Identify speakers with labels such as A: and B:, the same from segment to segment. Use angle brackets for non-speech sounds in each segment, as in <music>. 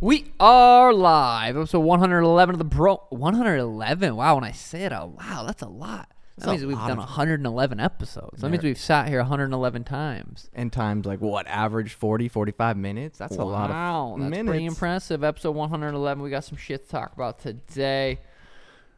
A: We are live. Episode 111 of the bro. 111. Wow, when I say it out loud, that's a lot. That
B: That's a
A: means we've
B: lot
A: done
B: of-
A: 111 episodes. That means
B: There-
A: we've sat here 111 times.
B: and times like what average 40 45 minutes that's a lot
A: wow,
B: of
A: that's
B: minutes
A: pretty impressive. Episode 111. We got some shit to talk about today.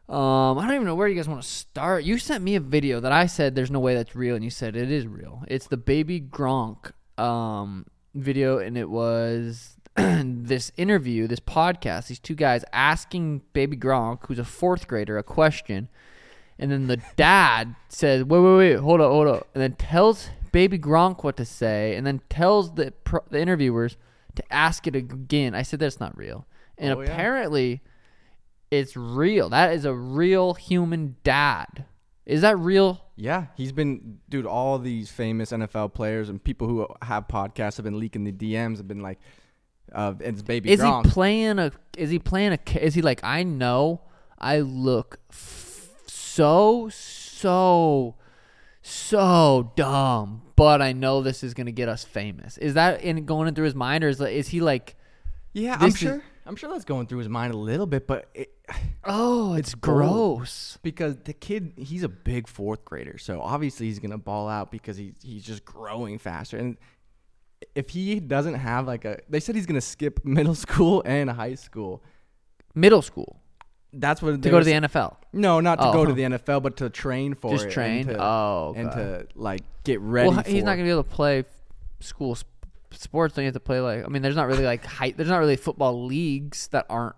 A: Um, I don't even know where you guys want to start. You sent me a video that I said there's no way that's real, and you said it is real. It's the baby Gronk um video, and it was <clears throat> this interview, this podcast. These two guys asking baby Gronk, who's a fourth grader, a question, and then the <laughs> dad says, "Wait, wait, wait, hold up, hold up," and then tells baby Gronk what to say, and then tells the pro- the interviewers to ask it again. I said that's not real, and
B: Oh, yeah.
A: apparently it's real. That is a real human dad. Is that real?
B: yeah he's been dude all these famous nfl players and people who have podcasts have been leaking the dms have been like uh, it's baby
A: Is
B: Gronk.
A: he playing a? Is he playing a? ca- Is he like I know I look f- so so so dumb, but I know this is gonna get us famous. Is that in going through his mind, or is is he like?
B: yeah
A: this
B: i'm
A: is-
B: sure i'm sure that's going through his mind a little bit but it, <sighs>
A: Oh, it's,
B: bold.
A: gross.
B: because the kid he's a big fourth grader so obviously he's gonna ball out because he's he's just growing faster and if he doesn't have like a they said he's gonna skip <laughs> middle school and high school
A: Middle school
B: that's what
A: to go to the NFL.
B: No, not to
A: Oh.
B: go to the NFL, but to train for
A: Just
B: it. and
A: train?
B: to-
A: Oh,
B: and
A: okay.
B: to like get ready.
A: Well, he's
B: for
A: not
B: it.
A: going to be able to play school sp- sports. Then you have to play like I mean, there's not really like high, there's not really football leagues that aren't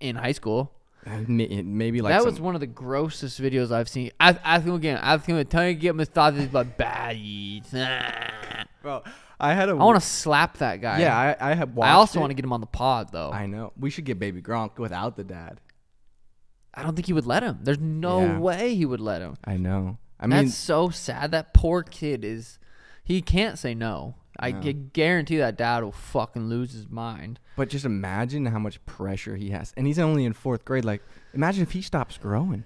A: in high school.
B: <laughs> May- Maybe like
A: that
B: some- <laughs>
A: was one of the grossest videos I've seen. I ask him again. Ask him to tell you to get massages by baddies. I
B: Bro, I had a.
A: want to slap that guy.
B: Yeah, I, I have.
A: I also want
B: want
A: to get him on the pod though. I,
B: I know we should get Baby Gronk without the dad.
A: don't think he would let him. There's no
B: Yeah.
A: way he would let him.
B: I know. I mean,
A: That's so sad. That poor kid is. He can't say no. I gu- guarantee that dad will fucking lose his mind.
B: but just imagine how much pressure he has, and he's only in fourth grade. Like, imagine if he stops growing.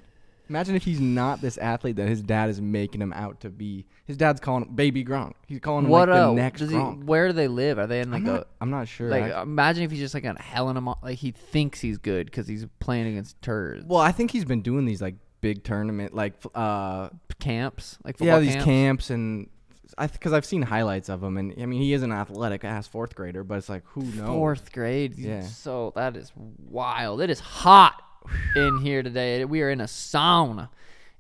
B: Imagine if he's not this athlete that his dad is making him out to be. His dad's calling him Baby Gronk. He's calling him
A: What
B: like the
A: uh,
B: next
A: does he,
B: Gronk.
A: Where do they live? Are they in like
B: I'm,
A: a
B: not, I'm not sure.
A: like?
B: I-
A: imagine if he's just like on hell in a mo- like he thinks he's good because he's playing against turds.
B: Well, I think he's been doing these like big tournament, like f- uh,
A: camps like
B: yeah,
A: football
B: these camps,
A: camps.
B: and I because I've seen highlights of him, and I mean he is an athletic ass fourth grader, but it's like who knows?
A: Fourth grade.
B: Yeah.
A: So that is wild. It is hot in here today. We are in a sauna.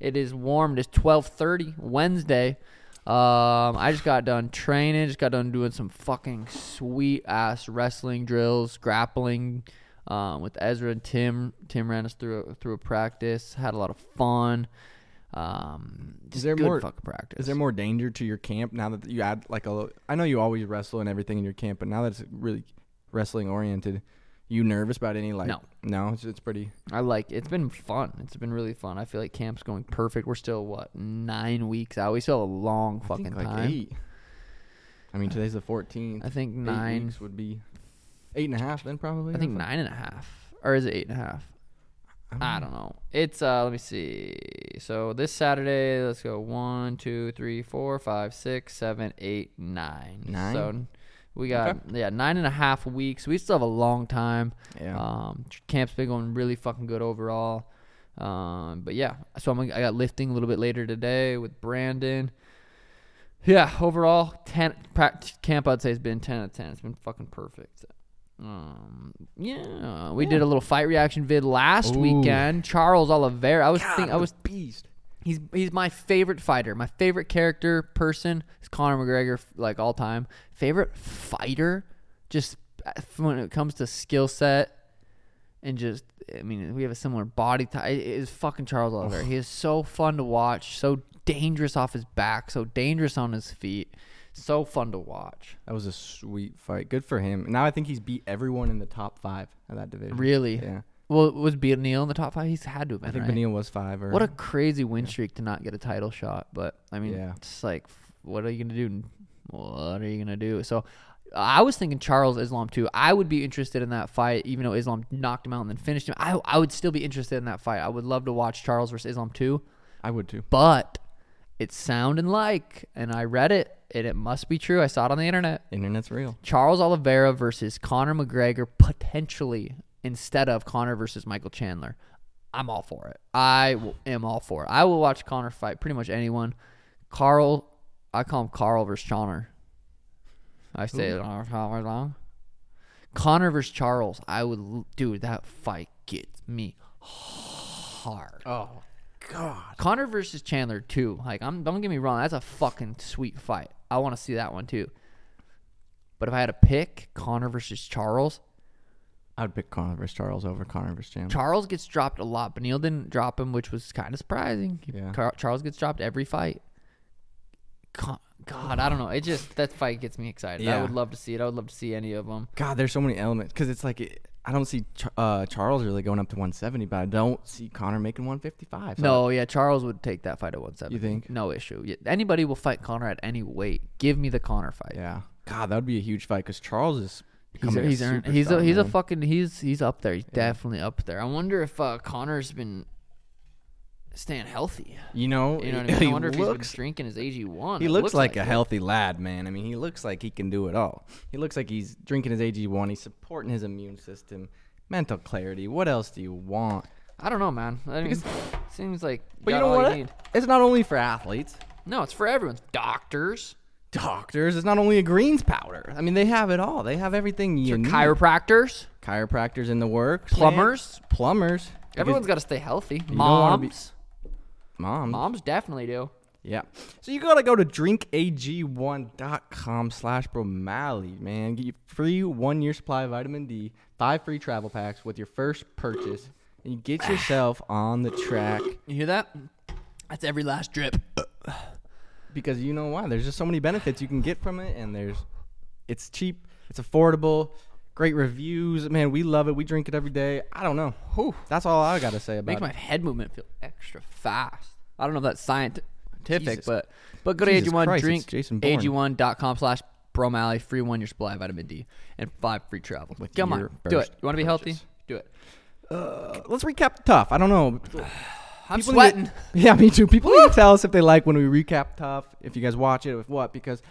A: It is warm. It is twelve thirty Wednesday. Um, I just got done training. Just got done doing some fucking sweet ass wrestling drills, grappling. Um, with Ezra and Tim. Tim ran us through a, through a practice. Had a lot of fun. Um, just
B: there
A: good
B: more-
A: fucking practice.
B: Is there more danger to your camp now that you add like a? lo- I know you always wrestle and everything in your camp, but now that it's really wrestling oriented, you nervous about any like?
A: No.
B: it's, it's pretty.
A: I like it's been fun. It's been really fun. I feel like camp's going perfect. We're still what nine weeks out. We still have a long
B: I
A: fucking
B: think like
A: time.
B: eight. I mean, today's the fourteenth.
A: I think
B: eight
A: nine.
B: weeks would be eight and a half. Then probably.
A: I think nine and a half, or is it eight and a half? I don't know. It's uh, let me see. So this Saturday, let's go one, two, three, four, five, six, seven, eight, nine.
B: Nine?
A: So we got yeah nine and a half weeks. We still have a long time.
B: Yeah.
A: Um, tr- camp's been going really fucking good overall. Um, but yeah, so I'm, I got lifting a little bit later today with Brandon. Yeah, overall, ten prac- camp I'd say has been ten out of ten. It's been fucking perfect. Um, yeah, we did a little fight reaction vid last
B: Ooh.
A: weekend. Charles Oliveira, I was think I was
B: Ah, beast.
A: he's he's my favorite fighter. My favorite character person is Conor McGregor, f- like all time. Favorite fighter, just uh, f- when it comes to skill set and just. I mean, we have a similar body type. It is fucking Charles Oliver. He is so fun to watch. So dangerous off his back. So dangerous on his feet. So fun to watch.
B: That was a sweet fight. Good for him. Now I think he's beat everyone in the top five of that division.
A: Really.
B: Yeah.
A: Well, was Beal in the top five? He's had to have been.
B: I think
A: right?
B: Benil was five or
A: What a crazy win streak to not get a title shot. But I mean,
B: Yeah.
A: it's like, f- what are you gonna do? What are you gonna do? So, I was thinking Charles Islam too. I would be interested in that fight, even though Islam knocked him out and then finished him. I I would still be interested in that fight. I would love to watch Charles versus Islam too.
B: I would too.
A: But It's sound and like, and I read it, and it must be true. I saw it on the internet.
B: Internet's real.
A: Charles Oliveira versus Conor McGregor potentially instead of Conor versus Michael Chandler. I'm all for it. I w- am all for it. I will watch Conor fight pretty much anyone. Carl, I call him Carl versus Chandler. I say it all however long. Conor versus Charles. I would, l- dude. That fight gets me hard.
B: Oh, God.
A: Connor versus Chandler too. Like I'm don't get me wrong, that's a fucking sweet fight. I want to see that one too. But if I had to pick Connor versus Charles,
B: I would pick Conor versus Charles over Conor versus Chandler.
A: Charles gets dropped a lot. Benil didn't drop him, which was kind of surprising. He-
B: Yeah.
A: Car- Charles gets dropped every fight. Con- God, I don't know. It just that fight gets me excited. I
B: Yeah.
A: would love to see it. I would love to see any of them.
B: God, there's so many elements because it's like it, I don't see Ch- uh, Charles really going up to 170, but I don't see Connor making 155. So
A: No, yeah, Charles would take that fight at 170.
B: You think?
A: No issue. Yeah, Anybody will fight Connor at any weight. Give me the Connor fight.
B: Yeah. God, that would be a huge fight because Charles is.
A: He's a,
B: becoming
A: he's, earned, he's a
B: superstar,
A: he's a
B: man.
A: fucking he's he's up there. He's definitely up there. I wonder if uh, Connor's been staying healthy.
B: You know, <laughs>
A: You know what I mean? I
B: he
A: wonder if he's
B: looks
A: been drinking his AG one.
B: He looks, like, a healthy lad, man. I mean, he looks like he can do it all. He looks like he's drinking his AG1. He's supporting his immune system, mental clarity. What else do you want?
A: I don't know, man. I mean, <laughs> seems like you
B: But
A: got
B: you know
A: all
B: what?
A: you need.
B: It's not only for athletes,
A: No, it's for everyone. Doctors,
B: doctors. It's not only a greens powder. I mean, they have it all. They have everything <clears throat> you need.
A: chiropractors,
B: Chiropractors in the works. man.
A: plumbers.
B: Plumbers.
A: Everyone's got to stay healthy.
B: wanna be-
A: Moms,
B: mom.
A: moms definitely do.
B: Yeah. So you gotta go to drinkag1.com slash bromalley, man. Get your free one year supply of vitamin D, five free travel packs with your first purchase, and you get yourself on the track
A: You hear that? That's every last drip.
B: because you know why. There's just so many benefits you can get from it, and there's it's cheap, it's affordable, great reviews. Man, we love it. We drink it every day. I don't know. Whew, that's all I gotta say about
A: Makes
B: it.
A: my head movement feel extra fast. I don't know if that's scientific,
B: Jesus.
A: but but go to
B: Jesus
A: AG1
B: Christ,
A: drink
B: it's Jason Bourne.
A: AG1.com slash bromalley, free one year supply of vitamin D and five free travel. Come on,
B: your
A: do it.
B: first
A: You want to be healthy?
B: purchase.
A: Do it.
B: Uh, Let's recap the tough. I don't know.
A: I'm
B: People need to-
A: sweating.
B: <laughs> yeah, me too. People need to tell us if they like when we recap tough, if you guys watch it, if what, because it,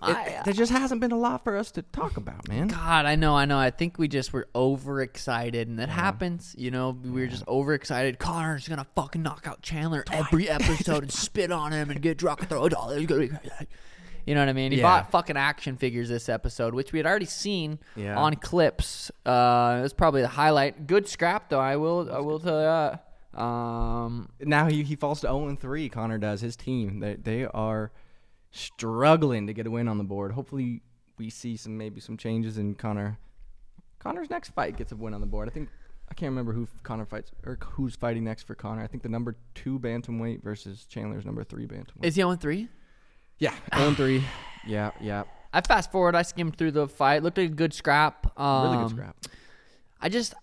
A: I- uh,
B: there just hasn't been a lot for us to talk about, man.
A: God, I know, I know. I think we just were overexcited, and that happens. You know, we were just overexcited. Connor's gonna fucking knock out Chandler every episode and spit on him and get drunk and throw a dollar. It's gonna be- You know what I mean? He
B: Yeah.
A: bought fucking action figures this episode, which we had already seen
B: Yeah.
A: on clips. Uh, it was probably the highlight. Good scrap, though. I will, I will tell you that. Um,
B: Now he, he falls to 0 and 3, Connor does. His team, they, they are struggling to get a win on the board. Hopefully, we see some maybe some changes in Connor. Connor's next fight gets a win on the board. I think I can't remember who Connor fights or who's fighting next for Connor. I think the number two bantamweight versus Chandler's number three bantamweight.
A: is he on three?
B: yeah, 0 and 3. <sighs> Yeah, yeah.
A: I fast forward. I skimmed through the fight. Looked like a good scrap. Um,
B: Really good scrap.
A: I just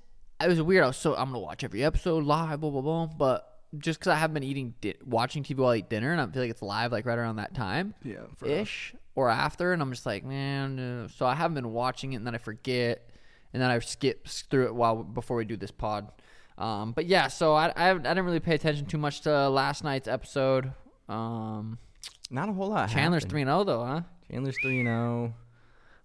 A: it was weird. I was so I'm gonna watch every episode live, blah blah blah. But just because I have been eating, di- watching TV while I eat dinner, and I feel like it's live like right around that time,
B: Yeah, for us.
A: ish or after, and I'm just like, man. No. So I haven't been watching it, and then I forget, and then I skip s- through it while before we do this pod. Um, but yeah, so I, I I didn't really pay attention too much to last night's episode. Um,
B: Not a whole lot.
A: Chandler's
B: happened.
A: three and zero though, huh?
B: Chandler's three and zero.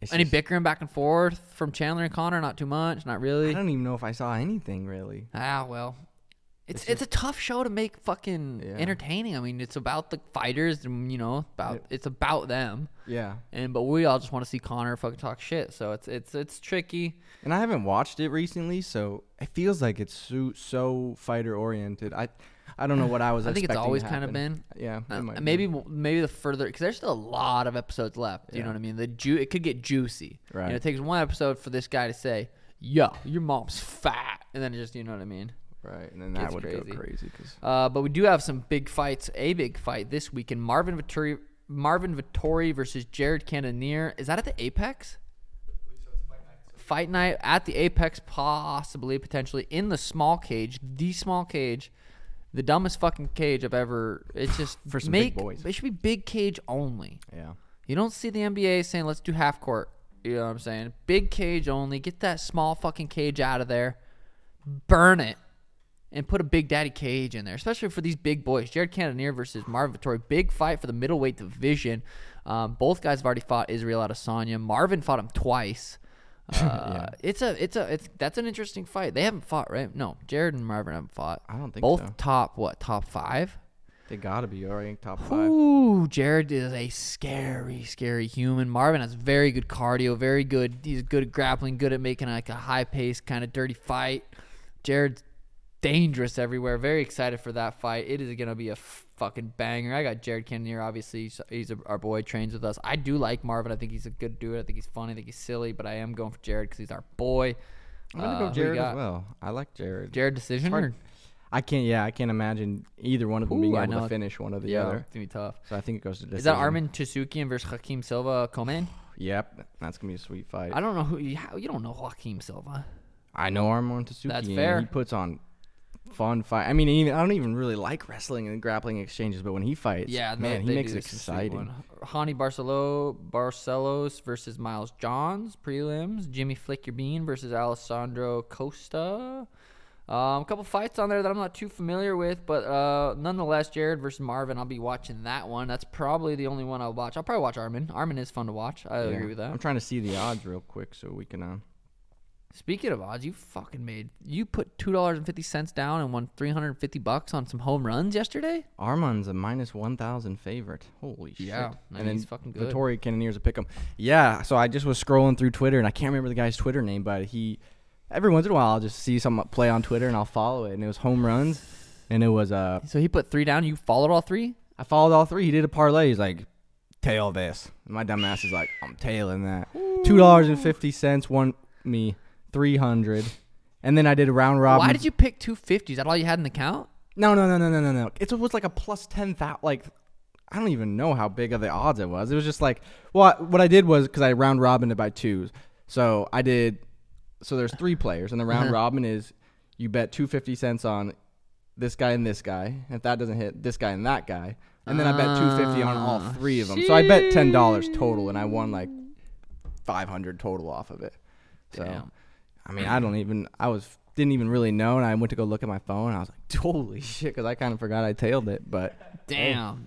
B: It's
A: Any
B: just-
A: bickering back and forth from Chandler and Connor? Not too much, not
B: I
A: really.
B: don't even know if I saw anything really.
A: Ah, well. It's, it's, a tough show to make fucking
B: Yeah.
A: entertaining. I mean, it's about the fighters, and you know, about it's about them.
B: Yeah,
A: And but we all just want to see Connor fucking talk shit. So it's it's it's tricky.
B: and I haven't watched it recently, so it feels like it's so, so fighter oriented. I, I don't know what I
A: <sighs>
B: was.
A: I think it's
B: expecting to
A: always kinda
B: happen.
A: been.
B: Yeah, it
A: Uh,
B: might be.
A: maybe maybe the further because there's still a lot of episodes left. You know what I mean? The ju- it could get juicy. You know,
B: Right.
A: it takes one episode for this guy to say, "Yo, your mom's fat," and then it just you know what I mean.
B: right, and then that
A: It's
B: would
A: crazy.
B: go crazy because
A: Uh, but we do have some big fights. A big fight this weekend: Marvin Vittori, Marvin Vittori versus Jared Cannonier. Is that at the Apex? Fight night at the Apex, possibly, potentially in the small cage, the small cage, the dumbest fucking cage I've ever. It's just
B: <laughs> For some
A: make,
B: big boys.
A: It should be big cage only.
B: yeah,
A: You don't see the NBA saying let's do half court. You know what I'm saying? Big cage only. Get that small fucking cage out of there. Burn it. and put a Big Daddy Cage in there, especially for these big boys. Jared Cannonier versus Marvin Vittori, big fight for the middleweight division. Um, both guys have already fought Israel Adesanya. Marvin fought him
B: <laughs>
A: twice. Uh, It's a, it's a, it's that's an interesting fight. They haven't fought, right? No, Jared and Marvin haven't fought.
B: I don't think
A: both
B: so.
A: top what top five.
B: They gotta be already top five.
A: Ooh, Jared is a scary, scary human. Marvin has very good cardio, very good. He's good at grappling, good at making like a high pace kind of dirty fight. Jared's dangerous everywhere. Very excited for that fight. It is gonna be a fucking banger. I got Jared Cannonier. Obviously, he's, he's a, our boy. Trains with us. I do like Marvin. I think he's a good dude. I think he's funny. I think he's silly. But I am going for Jared because he's our boy.
B: I'm gonna
A: Uh,
B: go
A: who you
B: Jared as
A: got?
B: well. I like Jared.
A: Jared decision.
B: hard
A: Or?
B: I can't. Yeah, I can't imagine either one of them being
A: Ooh, I
B: able
A: know.
B: to finish one or the
A: Yeah,
B: other.
A: it's gonna be tough.
B: So I think it goes to decision.
A: Is that Armin Chisukian versus Hakeem Silva Komen?
B: Yep, that's gonna be a sweet fight.
A: I don't know who you, how, you don't know Joaquin Silva.
B: I know Armand Tatsuki.
A: That's
B: and
A: fair.
B: He puts on fun fight. I mean, even I don't even really like wrestling and grappling exchanges, but when he fights,
A: Yeah, they-
B: man,
A: they
B: he makes
A: do
B: it
A: this is a sweet
B: exciting.
A: one. Hani Barcelo Barcelos versus Miles Johns prelims. Jimmy Flick Your Bean versus Alessandro Costa. Um, a couple fights on there that I'm not too familiar with, but uh, nonetheless, Jared versus Marvin. I'll be watching that one. That's probably the only one I'll watch. I'll probably watch Armin. Armin is fun to watch. I
B: Yeah.
A: agree with that.
B: I'm trying to see the odds real quick so we can. Uh,
A: Speaking of odds, you fucking made you put two dollars and fifty cents down and won three hundred and fifty bucks on some home runs yesterday.
B: Armand's a minus one thousand favorite. Holy
A: Yeah,
B: shit!
A: I mean, he's fucking good.
B: Vittori Cannonier's a pick 'em. Yeah, so I just was scrolling through Twitter and I can't remember the guy's Twitter name, but he every once in a while I'll just see some play on Twitter and I'll follow it, and it was home runs, and it was uh
A: So he put three down. You followed all three.
B: I followed all three. He did a parlay. He's like, tail this. And my dumb ass is like, I'm tailing that. Two dollars and fifty cents won me three hundred. And then I did a round robin.
A: Why did you pick two fifty? Is that all you had in the count?
B: No, no, no, no, no, no, no. It was like a plus ten thousand. Like, I don't even know how big of the odds it was. It was just like, well, I- what I did was because I round robin it by twos. So I did. So there's three players, and the round robin is you bet two fifty cents on this guy and this guy. And if that doesn't hit, this guy and that guy. And then I bet two fifty on all three of them. So I bet ten dollars total, and I won like five hundred total off of it. So,
A: Damn.
B: I mean, I don't even. I was didn't even really know, and I went to go look at my phone. And I was like, <laughs> "Holy shit!" Because I kind of forgot I tailed it, but
A: Damn.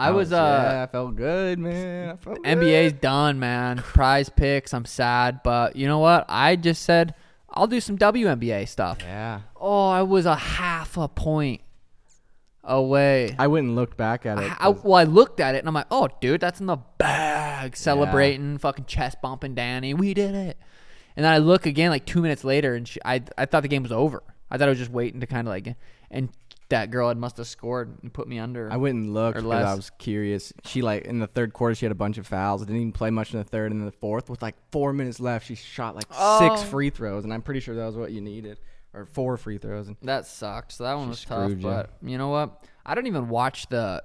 A: I was
B: yeah,
A: uh
B: I felt good, man. I felt
A: NBA's done, man. Prize picks. I'm sad, but you know what? I just said I'll do some WNBA stuff.
B: good. Yeah,
A: Oh, I was a half a point away.
B: I went and looked back at it.
A: I, I-
B: 'cause-
A: well, I looked at it and I'm like, oh, dude, that's in the bag. Celebrating, fucking chest bumping Danny. We did it. And then I look again like two minutes later and she, I, I thought the game was over. I thought I was just waiting to kind of like, and that girl had must have scored and put me under.
B: I went and looked
A: Or
B: because I
A: less.
B: was curious. She like in the third quarter, she had a bunch of fouls. Didn't even play much in the third and in the fourth. With like four minutes left, she shot like
A: Oh.
B: six free throws, and I'm pretty sure that was what you needed, or four free throws. And
A: That sucked. So that one was tough.
B: screwed you.
A: But you know what? I don't even watch the.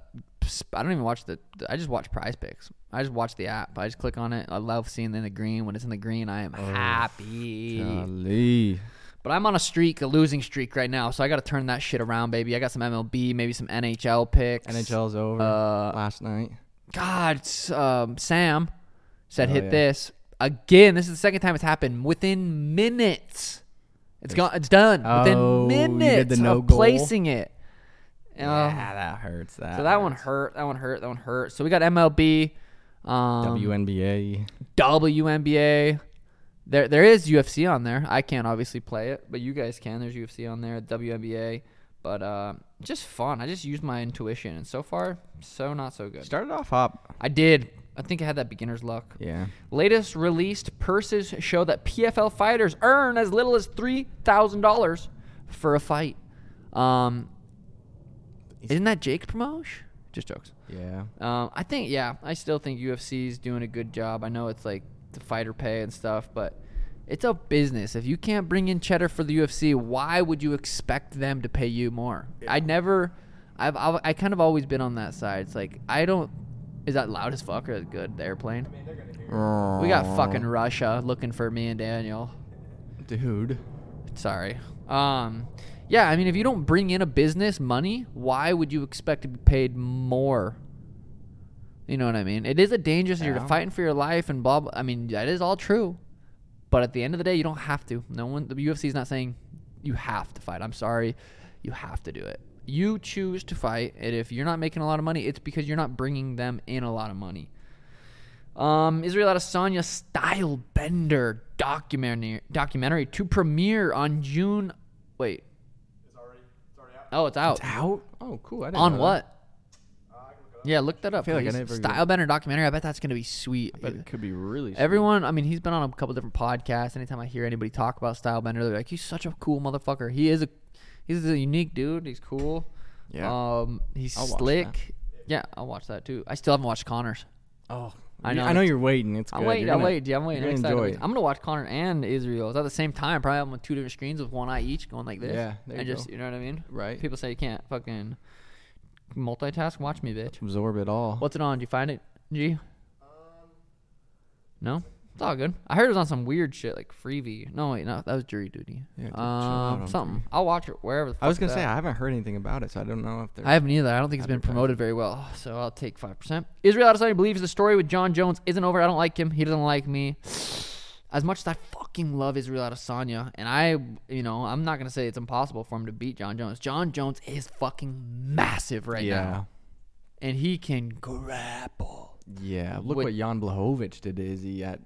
A: I don't even watch the. I just watch Prize Picks. I just watch the app. I just click on it. I love seeing it in the green. When it's in the green, I am
B: Oh,
A: happy.
B: golly,
A: But I'm on a streak, a losing streak right now. So I got to turn that shit around, baby. I got some MLB, maybe some NHL picks.
B: NHL's over
A: Uh,
B: last night.
A: God, s- um, Sam said
B: Oh,
A: hit
B: yeah.
A: this again. This is the second time it's happened within minutes. It's gone. It's done
B: Oh, you
A: within
B: did
A: minutes
B: the no
A: of
B: goal?
A: placing it. Uh,
B: yeah, that hurts. Oh. That
A: so that one hurt. That one hurt. That one hurt. So we got MLB, um,
B: WNBA.
A: WNBA. There, there is UFC on there. I can't obviously play it, but you guys can. There's UFC on there, WNBA. But uh, just fun. I just used my intuition, and so far, so not so good.
B: Started off hop.
A: I did. I think I had that beginner's luck.
B: Yeah.
A: Latest released purses show that PFL fighters earn as little as three thousand dollars for a fight. Um, isn't that Jake Promosh? Just jokes.
B: Yeah.
A: Um, I think yeah, I still think UFC is doing a good job. I know it's like the fighter pay and stuff, but it's a business. If you can't bring in cheddar for the UFC, why would you expect them to pay you more? I never, I've, I've I kind of always been on that side. It's like I don't. Is that loud as fuck or is it good? The airplane. We got fucking Russia looking for me and Daniel.
B: dude.
A: Sorry. Um, yeah, I mean, if you don't bring in a business money, why would you expect to be paid more? You know what I mean? It is a dangerous. You're
B: Yeah.
A: fighting for your life and blah blah. I mean, that is all true. But at the end of the day, you don't have to. No one, the UFC is not saying you have to fight. I'm sorry, you have to do it. You choose to fight, and if you're not making a lot of money, it's because you're not bringing them in a lot of money. Um, Israel Adesanya style bender documentary documentary to premiere on June. Wait. Oh, it's out.
B: It's out. Oh, cool. I didn't
A: on
B: know
A: what? Yeah, Uh, look that up.
B: feel like I
A: please.
B: never-
A: Style Bender documentary. I bet that's gonna be sweet.
B: That. But it could be really.
A: Everyone, I mean, he's been on a couple different podcasts. Anytime I hear anybody talk about Style Bender, they're like, he's such a cool motherfucker. He is a, he's a unique dude. He's cool.
B: Yeah.
A: Um, he's
B: I'll watch that.
A: slick. Yeah, I'll watch that too. I still haven't watched Connor's.
B: Oh,
A: I
B: I
A: know
B: know. I know you're waiting. It's.
A: I'm
B: good.
A: waiting.
B: You're
A: I'm
B: gonna-
A: waiting. I'm waiting.
B: You're
A: I'm
B: gonna
A: excited.
B: enjoy it.
A: I'm gonna watch Connor and Israel's at the same time. Probably I'm on two different screens with one eye each, going like this.
B: Yeah, there
A: and
B: you
A: just
B: go.
A: you know what I mean.
B: Right.
A: People say you can't fucking multitask. Watch me, bitch.
B: Absorb it all.
A: What's it on? Do you find it, G?
B: Um,
A: No, it's all good. I heard it was on some weird shit like Freebie. No, wait, no, that was jury duty.
B: Yeah, dude, chill out
A: um,
B: on
A: something. I'll watch it wherever. The fuck
B: I was gonna
A: it's
B: say
A: at.
B: I haven't heard anything about it, so I don't know if they're.
A: I haven't either. I don't think it's been
B: Advertising.
A: promoted very well, so I'll take five percent. Israel Adesanya believes the story with John Jones isn't over. I don't like him. He doesn't like me. As much as I fucking love Israel Adesanya, and I, you know, I'm not gonna say it's impossible for him to beat John Jones. John Jones is fucking massive right
B: yeah.
A: now, and he can grapple.
B: Yeah. Look
A: Would-
B: what Jan Blahovic did to Izzy at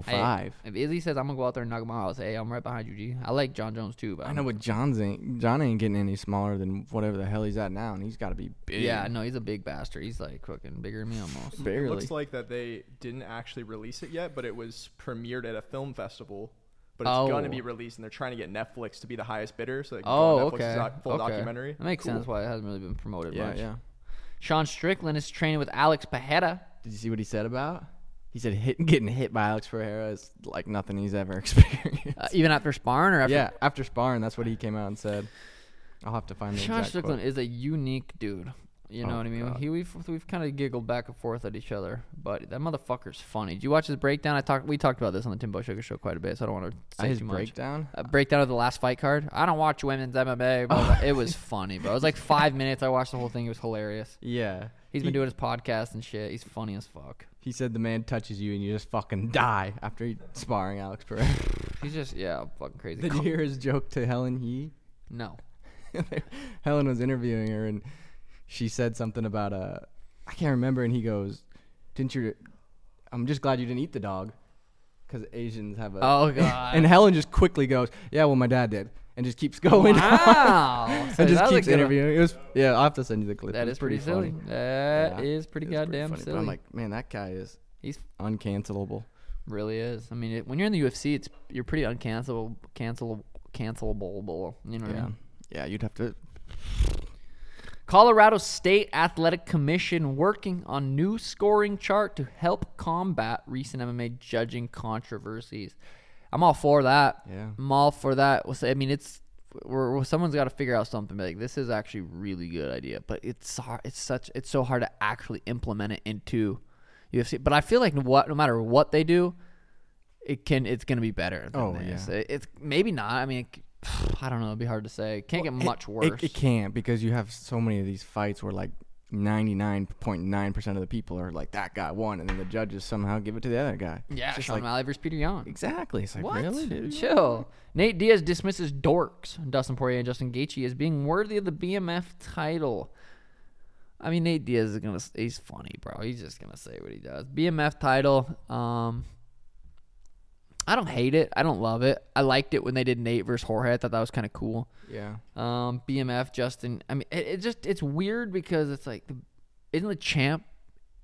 B: 205.
A: Hey, if Izzy says I'm gonna go out there and knock him out, I'll say, "Hey, I'm right behind you, G." I like John Jones too, but
B: I know, but John's ain't John ain't getting any smaller than whatever the hell he's at now, and he's got to be big.
A: Yeah, no, he's a big bastard. He's like fucking bigger than me
B: <laughs>
A: almost.
B: barely.
C: It looks like that they didn't actually release it yet, but it was premiered at a film festival. But it's going
A: Oh.
C: to be released, and they're trying to get Netflix to be the highest bidder, so they can
A: Oh,
C: go on
A: okay.
C: Netflix's doc- full
A: okay.
C: documentary.
A: That makes
C: Cool.
A: sense why it hasn't really been promoted
B: yeah,
A: much.
B: yeah.
A: Sean Strickland is training with Alex Pajeda.
B: Did you see what he said about? He said hit, <laughs> getting hit by Alex Pereira is like nothing he's ever <laughs> experienced.
A: Uh, even after sparring or after
B: yeah, after sparring, that's what he came out and said. I'll have to find the
A: Sean
B: exact quote.
A: Strickland is a unique dude. You know
B: Oh,
A: what I mean?
B: God.
A: He, we've we've kind of giggled back and forth at each other, but that motherfucker's funny. Did you watch his breakdown? I talked we talked about this on the Timbo Sugar Show quite a bit, so I don't want to
B: Uh,
A: say
B: his
A: too much.
B: breakdown.
A: a breakdown of the last fight card. I don't watch women's MMA, but it
B: <laughs>
A: was funny, bro. It was like five minutes. I watched the whole thing. It was hilarious.
B: Yeah,
A: He's
B: he,
A: been doing his podcast and shit. He's funny as fuck.
B: He said the man touches you and you just fucking die after he, sparring Alex Pereira.
A: <laughs> He's just yeah, fucking crazy.
B: <laughs> Did you hear his joke to Helen Yee? <laughs>
A: No,
B: Helen was interviewing her and she said something about uh I can't remember and he goes, "Didn't you I'm just glad you didn't eat the dog cuz Asians have a <laughs>
A: Oh, God.
B: and Helen just quickly goes, "Yeah, well my dad did." And just keeps <laughs> going. on. <laughs>
A: Wow. <laughs> So
B: and
A: that
B: just
A: was a
B: keeps
A: good one.
B: interviewing. It was yeah, I'll have to send you the clip.
A: that
B: It was
A: is pretty, silly.
B: funny.
A: That is
B: Yeah,
A: pretty
B: it was
A: goddamn
B: funny, but
A: silly.
B: I'm like, man, that guy is
A: He's
B: uncancelable.
A: really is. I mean, it, when you're in the UFC, it's you're pretty uncancelable, cancelable, cancelable. You know what I
B: Yeah.
A: mean?
B: Yeah, you'd have to
A: Colorado State Athletic Commission working on new scoring chart to help combat recent MMA judging controversies. I'm all for that.
B: Yeah.
A: I'm all for that. We'll say- I mean, it's we're, we're- someone's got to figure out something. Like this is actually really good idea, but it's hard, it's such it's so hard to actually implement it into UFC. But I feel like what no matter what they do, it can it's gonna be better. Than
B: Oh,
A: this.
B: yeah.
A: It- it's maybe not. I mean, it, <sighs> I don't know. It'd be hard to say. It can't get
B: It-
A: much
B: it-
A: worse.
B: It, can't because you have so many of these fights where like 99.9% of the people are like that guy won and then the judges somehow give it to the other guy. It's
A: Yeah,
B: just
A: Sean
B: like
A: O'Malley versus Peter Young.
B: exactly. It's like
A: What?
B: really dude?
A: Chill. Nate Diaz dismisses dorks. Dustin Poirier and Justin Gaethje as being worthy of the BMF title. I mean, Nate Diaz is gonna. He's funny, bro. He's just gonna say what he does. BMF title. Um, I don't hate it. I don't love it. I liked it when they did Nate versus Jorge. I thought that was kind of cool.
B: Yeah.
A: Um, BMF Justin. I mean, it, it just it's weird because it's like, the, isn't the champ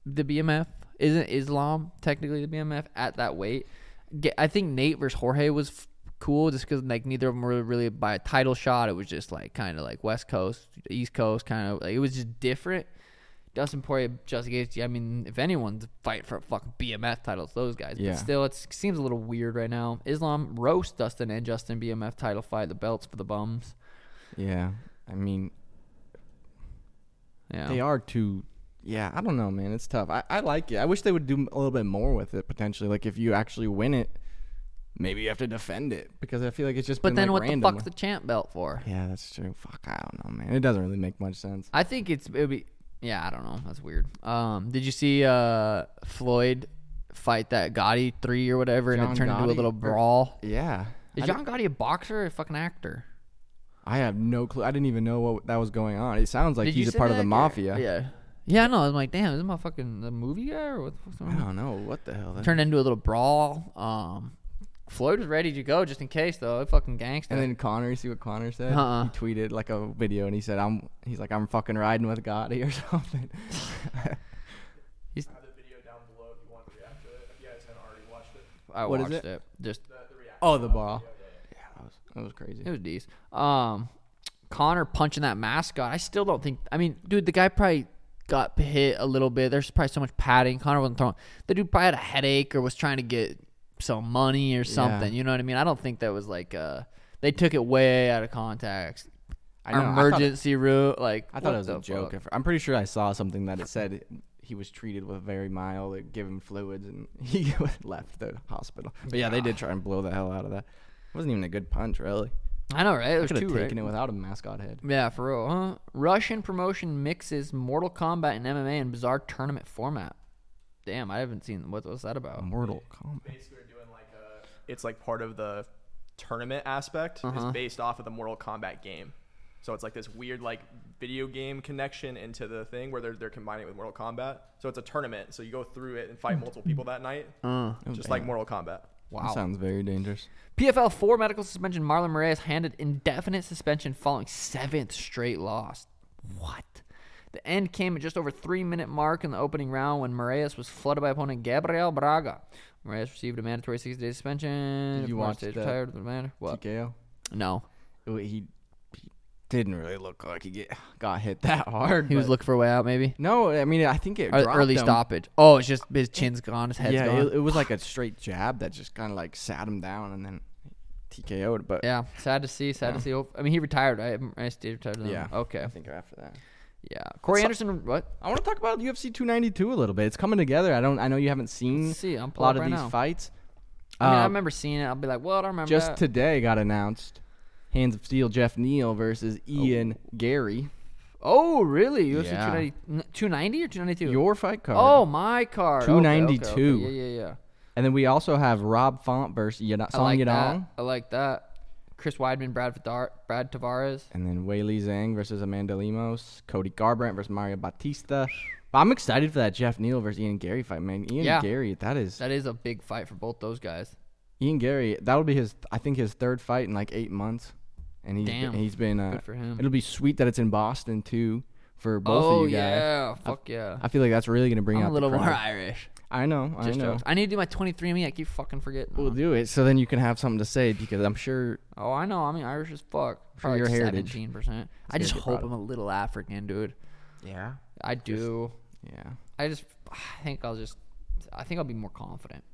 A: the BMF? Isn't Islam technically the BMF at that weight? Ge- I think Nate versus Jorge was f- cool just because like neither of them were really by a title shot. It was just like kind of like West Coast, East Coast kind of. Like, it was just different. Dustin Poirier, Justin Gaethje. I mean, if anyone's fight for a fucking BMF titles, those guys.
B: Yeah.
A: But still, it's, it seems a little weird right now. Islam roast Dustin and Justin BMF title fight. The belts for the bums.
B: Yeah. I mean,
A: Yeah.
B: they are too Yeah, I don't know, man. It's tough. I, I like it. I wish they would do a little bit more with it potentially. Like if you actually win it, maybe you have to defend it because I feel like it's just
A: But
B: been,
A: then
B: like,
A: what the
B: random.
A: fuck's the champ belt for?
B: Yeah, that's true. Fuck, I don't know, man. It doesn't really make much sense.
A: I think it's it'd be yeah, I don't know. That's weird. Um, did you see uh Floyd fight that Gotti three or whatever, and
B: John
A: it turned into a
B: Gotti?
A: little
B: Or-
A: brawl?
B: Yeah.
A: Is
B: I
A: John Gotti a boxer or a fucking actor?
B: I have no clue. I didn't even know what that was going on. It sounds like
A: Did you
B: he's a
A: say
B: part of
A: that,
B: the
A: or-
B: mafia.
A: Yeah. Yeah, I know. I'm like, damn, is this motherfucking the movie guy or what the fuck's going
B: I <laughs>
A: on?
B: don't know what the hell. That
A: Turned into a little brawl. Um, Floyd was ready to go just in case though. A fucking gangster.
B: And then Connor, you see what Connor said?
A: Uh-uh.
B: He tweeted like a video, and he said, "I'm." He's like, "I'm fucking riding with Gotti or <laughs> something."
C: I have the video down below if you want to react to it. If you guys haven't already watched it,
A: I
B: what is
A: watched
B: it?
A: Just
C: the, the reaction.
B: oh, the ball. Yeah, that was that was crazy.
A: it was decent. Um, Connor punching that mascot. I still don't think. I mean, dude, the guy probably got hit a little bit. There's probably so much padding. Connor wasn't throwing. The dude probably had a headache or was trying to get some money or something. You know what I mean? I don't think that was like. Uh, they took it way out of context.
B: I know. I thought-
A: emergency route. Like
B: I thought
A: what
B: it was a
A: the
B: joke.
A: fuck?
B: at fir- I'm pretty sure I saw something that it said it- he was treated with very mild, like give him fluids, and <laughs> he left the hospital. But yeah, they did try and blow the hell out of that. It wasn't even a good punch, really.
A: I know, right? It was
B: Could
A: two,
B: have
A: right?
B: taken it without a mascot head.
A: Yeah, for real, huh? Russian promotion mixes Mortal Kombat and MMA in bizarre tournament format. Damn, I haven't seen what was that about.
B: Mortal Kombat.
C: basically we're doing like a. It's like part of the tournament aspect
A: Uh-huh.
C: is based off of the Mortal Kombat game. So it's like this weird like video game connection into the thing where they're they're combining it with Mortal Kombat. So it's a tournament. So you go through it and fight multiple people that night,
A: Uh.
C: just
A: Oh,
C: like Mortal Kombat.
B: That
A: Wow.
B: sounds very dangerous.
A: PFL four medical suspension. Marlon Moraes handed indefinite suspension following seventh straight loss. What? The end came at just over three minute mark in the opening round when Moraes was flooded by opponent Gabriel Braga. Moraes received a mandatory six day suspension.
B: Did you
A: If Moraes
B: watch
A: stays
B: the-
A: retired, doesn't matter. What?
B: TKO.
A: No.
B: Ooh, He, he didn't really look like he get, got hit that hard.
A: He was
B: but-
A: looking for a way out, maybe.
B: No, I mean I think it
A: Or
B: dropped
A: early
B: him.
A: stoppage. Oh, it's just his chin's gone, his head's
B: Yeah,
A: gone.
B: it, it was
A: <sighs>
B: like a straight jab that just kind of like sat him down and then TKO'd. But
A: yeah, sad to see. Sad to see. Hope- I mean, he retired, right? I stayed retired. then.
B: Yeah.
A: Okay.
B: I think after that.
A: Yeah. Corey Anderson. What?
B: I want to talk about UFC 292 a little bit. It's coming together. I don't. I know you haven't seen
A: Let's see, I'm
B: a lot
A: pulled
B: of
A: up right
B: these
A: now.
B: fights.
A: I mean, I
B: Uh,
A: remember seeing it. I'll be like, well, I don't remember.
B: just
A: that.
B: today got announced. Hands of Steel, Jeff Neal versus Ian Gary.
A: Oh, really? UFC
B: Yeah.
A: 290, n- 290 or 292?
B: Your fight card.
A: oh, my card. Okay, okay, okay.
B: 292.
A: Yeah, yeah, yeah.
B: And then we also have Rob Font versus Yana,
A: I
B: Song
A: like that.
B: Yadong.
A: I like that. Chris Weidman, Brad Vidar, Brad Tavares.
B: And then Whaley Zhang versus Amanda Lemos. Cody Garbrandt versus Mario Batista. But I'm excited for that Jeff Neal versus Ian Gary fight, man. Ian
A: Yeah.
B: Gary, that is
A: That is a big fight for both those guys.
B: Ian Gary, that'll be his, I think, his third fight in like eight months, and he's
A: Damn.
B: Been, he's been uh,
A: Good for him.
B: It'll be sweet that it's in Boston too for both
A: oh,
B: of you guys.
A: yeah. Fuck yeah.
B: I feel like that's really gonna bring
A: I'm
B: out
A: a little
B: the
A: more
B: crowd.
A: Irish.
B: I know, I
A: Just
B: know.
A: jokes. I need to do my 23andMe. I keep fucking forgetting.
B: We'll do it so then you can have something to say because I'm sure
A: Oh, I know. I mean, Irish as fuck.
B: For your heritage.
A: Seventeen percent. I just
B: get
A: hope
B: brought
A: I'm a little African, dude.
B: yeah,
A: I do.
B: yeah.
A: I just. I think I'll just. I think I'll be more confident.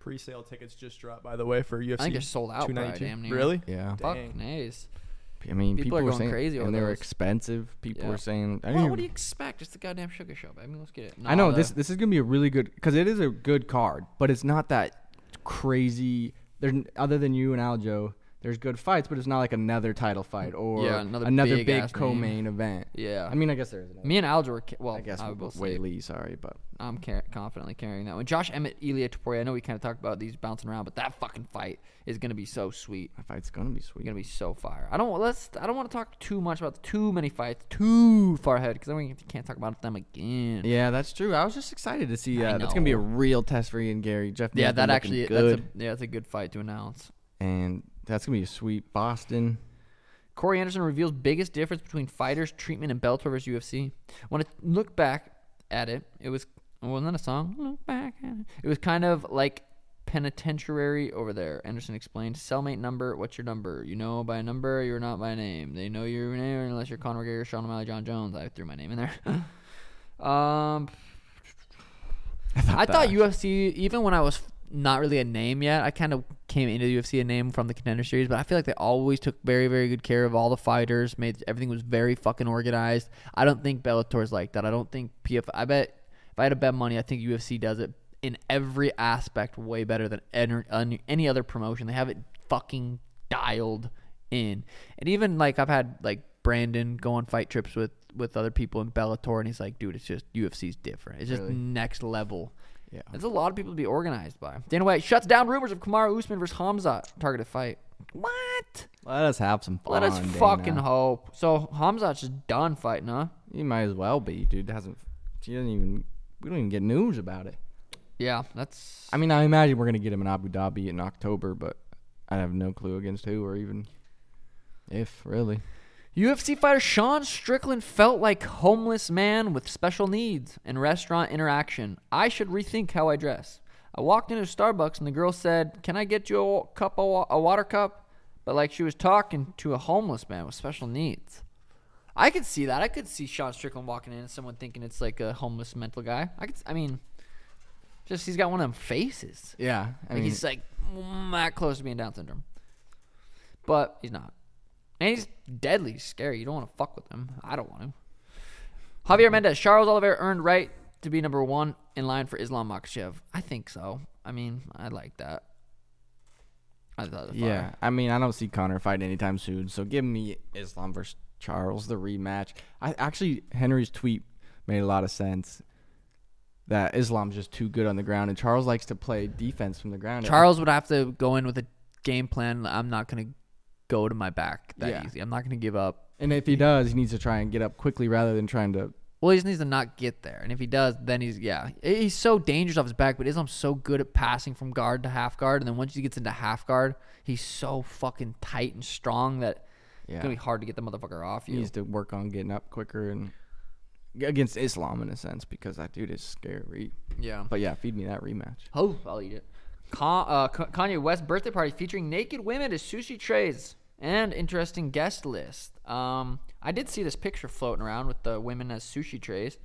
C: Pre-sale tickets just dropped, by the way, for UFC.
A: I think they're sold out. Probably,
C: 292.
A: damn near.
C: Really?
B: Yeah,
A: Fuck,
C: Dang.
A: nice.
B: I mean,
A: People
B: people,
A: are
B: were
A: going
B: saying,
A: crazy over
B: and they were
A: those.
B: expensive. People
A: Yeah.
B: were saying, I,
A: Well,
B: didn't
A: what do you
B: even-
A: expect? It's the goddamn sugar show, baby. Let's get it.
B: I know
A: Nah,
B: this.
A: the-
B: This is gonna be a really good because it is a good card, but it's not that crazy. There's n- other than you and Aljo. There's good fights, but it's not like another title fight or
A: Yeah, another big
B: big,
A: ass name.
B: co-main event.
A: Yeah.
B: I mean, I guess there is. Another.
A: Me and Alger were. Ca- well,
B: I guess
A: I will say
B: Way Lee, sorry, but
A: I'm car- confidently carrying that one. Josh Emmett, Elia Taporia. I know we kind of talked about these bouncing around, but that fucking fight is gonna be so sweet.
B: that fight's gonna be sweet.
A: You're gonna be so fire. I don't let's. I don't want to talk too much about too many fights too far ahead because then we can't talk about them again. Yeah,
B: yeah, that's true. I was just excited to see.
A: I
B: Uh, that's gonna be a
A: know.
B: real test for Ian Gary. Jeff. Neal's been
A: that
B: looking
A: actually
B: good,
A: that's a, yeah that's a good fight to announce.
B: and that's gonna be a sweet Boston.
A: Corey Anderson reveals biggest difference between fighters' treatment in Bellator versus UFC. When I look back at it, it was well not a song. Look back at it. It was kind of like penitentiary over there. Anderson explained, "Cellmate number. What's your number? You know by number. You're not by name. They know your name unless you're Conor McGregor, Sean O'Malley, John Jones. I threw my name in there. <laughs> um,
B: I thought,
A: I thought
B: that-
A: UFC, even when I was not really a name yet, I kind of came into UFC a name from the contender series, but I feel like they always took very, very good care of all the fighters, made everything was very fucking organized. I don't think Bellator's like that. I don't think PF. I bet if I had to bet money, I think UFC does it in every aspect way better than en- un- any other promotion. They have it fucking dialed in. And even like I've had like Brandon go on fight trips with with other people in Bellator, and he's like, dude, it's just UFC's different. It's just next level.
B: Yeah.
A: There's a lot of people to be organized by. Dana White shuts down rumors of Kamara Usman versus Hamza targeted fight. What?
B: Let us have some fun.
A: Let us
B: Dana.
A: fucking hope. So Hamzat's just done fighting, huh?
B: He might as well be, dude. Hasn't she doesn't even we don't even get news about it.
A: Yeah, that's.
B: I mean, I imagine we're gonna get him in Abu Dhabi in October, but I have no clue against who or even if really.
A: UFC fighter Sean Strickland felt like homeless man with special needs and restaurant interaction. I should rethink how I dress. I walked into Starbucks and the girl said, "Can I get you a cup of wa- a water cup?" But like she was talking to a homeless man with special needs. I could see that. I could see Sean Strickland walking in and someone thinking it's like a homeless mental guy. I could. s- I mean, just he's got one of them faces.
B: Yeah,
A: Like
B: I mean,
A: he's like mm, that close to being Down syndrome, but he's not, and he's deadly scary. You don't want to fuck with him. I don't want him. Javier Mendez, Charles Oliveira earned right to be number one in line for Islam Makhachev. I think so. I mean, I like that. I thought it was
B: yeah.
A: fire.
B: I mean, I don't see Connor fighting anytime soon, so give me Islam versus Charles the rematch. I actually Henry's tweet made a lot of sense. That Islam's just too good on the ground, and Charles likes to play defense from the ground.
A: Charles would have to go in with a game plan. I'm not gonna go to my back that
B: Yeah.
A: easy. I'm not gonna give up.
B: and if he does, he needs to try and get up quickly rather than trying to
A: Well, he just needs to not get there, and if he does, then he's yeah, he's so dangerous off his back. But Islam's so good at passing from guard to half guard, and then once he gets into half guard, he's so fucking tight and strong that
B: Yeah.
A: it's gonna be hard to get the motherfucker off
B: He
A: you.
B: needs to work on getting up quicker and against Islam in a sense because that dude is scary.
A: yeah.
B: But yeah, feed me that rematch.
A: Oh, I'll eat it. Con- uh, K- Kanye West birthday party featuring naked women as sushi trays and interesting guest list. Um, I did see this picture floating around with the women as sushi trays.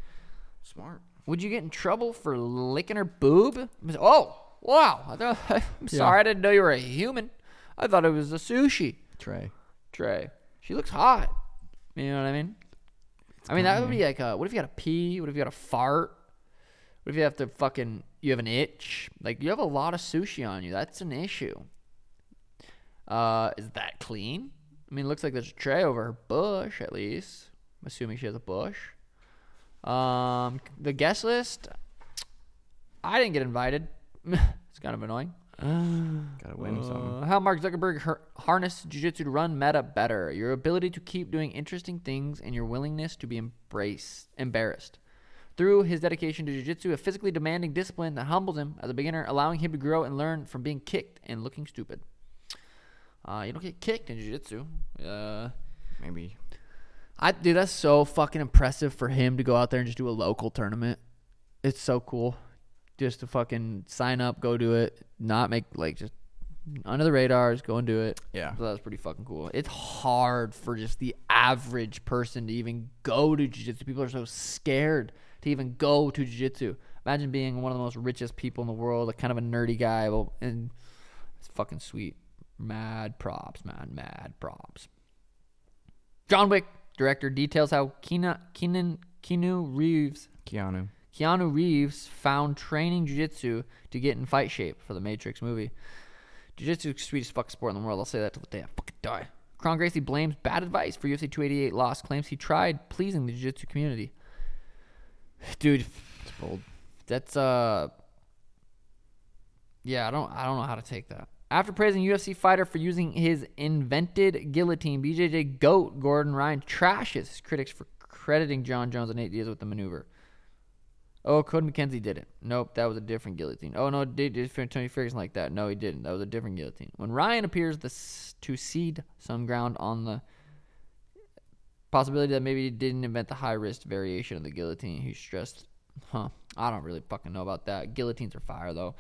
B: Smart.
A: Would you get in trouble for licking her boob? Oh, wow. <laughs> I thought, I'm sorry. I didn't know you were a human. I thought it was a sushi
B: Trey.
A: tray. She looks hot. You know what I mean? I mean, that would be like, a, what if you got to pee? What if you got to fart? What if you have to fucking, you have an itch? Like, you have a lot of sushi on you. That's an issue. Uh, is that clean? I mean, it looks like there's a tray over her bush, at least. I'm assuming she has a bush. Um, the guest list, I didn't get invited. <laughs> it's kind of annoying.
B: Gotta win something.
A: Uh, how Mark Zuckerberg har- harnessed jiu-jitsu to run meta better. Your ability to keep doing interesting things and your willingness to be embraced, embarrassed. Through his dedication to jiu-jitsu, a physically demanding discipline that humbles him as a beginner, allowing him to grow and learn from being kicked and looking stupid. Uh, you don't get kicked in jiu-jitsu. Uh,
B: Maybe.
A: I dude, that's so fucking impressive for him to go out there and just do a local tournament. It's so cool. Just to fucking sign up, go do it, not make like just under the radars, go and do it.
B: Yeah.
A: So that was pretty fucking cool. It's hard for just the average person to even go to jiu-jitsu. People are so scared to even go to jiu-jitsu. Imagine being one of the most richest people in the world, like kind of a nerdy guy, well, and it's fucking sweet. Mad props, man, mad props. John Wick director details how Keena, Keenan Keanu Reeves
B: Keanu.
A: Keanu Reeves found training jiu-jitsu to get in fight shape for the Matrix movie. Jiu-jitsu is the sweetest fuck sport in the world. I'll say that till the day I fucking die. Kron Gracie blames bad advice for UFC 288 loss, claims he tried pleasing the jiu-jitsu community. Dude,
B: It's bold.
A: that's uh Yeah, I don't I don't know how to take that. After praising UFC fighter for using his invented guillotine, BJJ goat Gordon Ryan trashes his critics for crediting John Jones and Nate Diaz with the maneuver. Oh, Cody McKenzie did it. Nope, that was a different guillotine. Oh no, did, did Tony Ferguson like that? No, he didn't. That was a different guillotine. When Ryan appears this, to cede some ground on the possibility that maybe he didn't invent the high wrist variation of the guillotine, he stressed, "Huh, I don't really fucking know about that. Guillotines are fire though."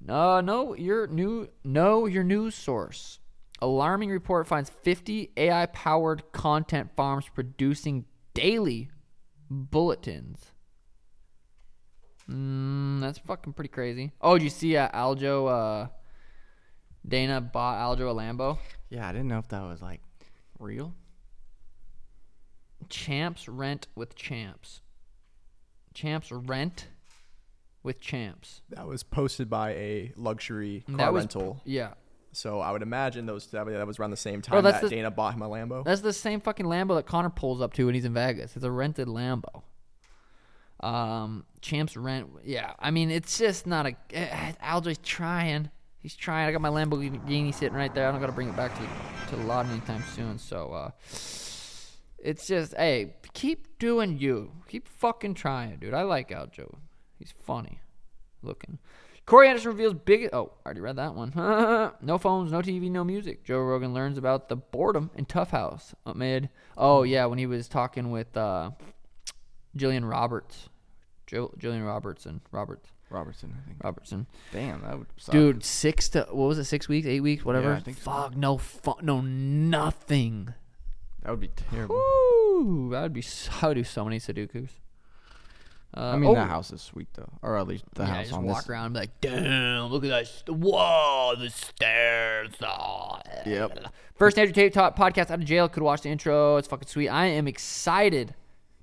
A: No, no, your new no, your news source. Alarming report finds 50 AI-powered content farms producing daily bulletins. Mm, that's fucking pretty crazy. Oh, did you see uh, Aljo? Uh, Dana bought Aljo a Lambo.
B: Yeah, I didn't know if that was like real.
A: Champs rent with champs. Champs rent with champs.
C: That was posted by a luxury car
A: And that was
C: rental.
A: pr- yeah,
C: so I would imagine those that, that was around the same
A: Bro,
C: time
A: that's
C: that
A: the-
C: Dana bought him a Lambo.
A: that's the same fucking Lambo that Connor pulls up to when he's in Vegas. It's a rented Lambo. Um, champs rent. Yeah, I mean it's just not a. Eh, Aljo's trying. He's He's trying. I got my Lamborghini sitting right there. I don't got to bring it back to to the lot anytime soon. So uh, it's just, hey, keep doing you. Keep fucking trying, dude. I like Aljo. He's funny looking. Corey Anderson reveals big. Oh, I already read that one. <laughs> no phones, no TV, no music. Joe Rogan learns about the boredom in Tough House amid. Oh yeah, when he was talking with uh, Jillian Roberts, Jill, Jillian Robertson, Roberts,
B: Robertson, I think.
A: Robertson.
B: Damn, that would suck.
A: Dude, six to what was it? Six weeks, eight weeks, whatever.
B: I think so.
A: Fuck, no, fu- no, nothing.
B: that would be terrible.
A: Ooh, I would be. s- I would do so many Sudokus. Uh,
B: I mean,
A: oh,
B: the house is sweet though, or at least the
A: yeah,
B: house
A: just
B: on
A: walk
B: this.
A: around and be like, damn, look at that. St- Whoa, the stairs. Oh.
B: Yep.
A: First Andrew Tate Talk podcast out of jail. Could watch the intro. It's fucking sweet. I am excited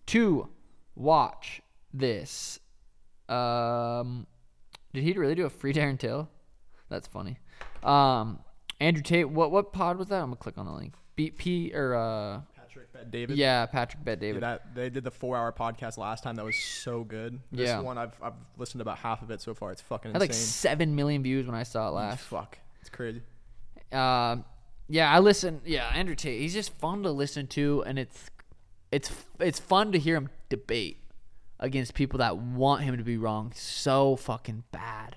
A: to watch this. Um, did he really do a free <laughs> Darren Till? That's funny. Um, Andrew Tate, what what pod was that? I'm gonna click on the link. BP or uh,
C: Patrick Bet David.
A: yeah, Patrick Bet David.
C: That they did the four-hour podcast last time. That was so good. This
A: Yeah.
C: one I've I've listened to about half of it so far. It's fucking
A: had
C: insane.
A: like seven million views when I saw it last.
C: Fuck, it's crazy.
A: Um, yeah, I listen. Yeah, Andrew Tate. He's just fun to listen to, and it's it's it's fun to hear him debate against people that want him to be wrong so fucking bad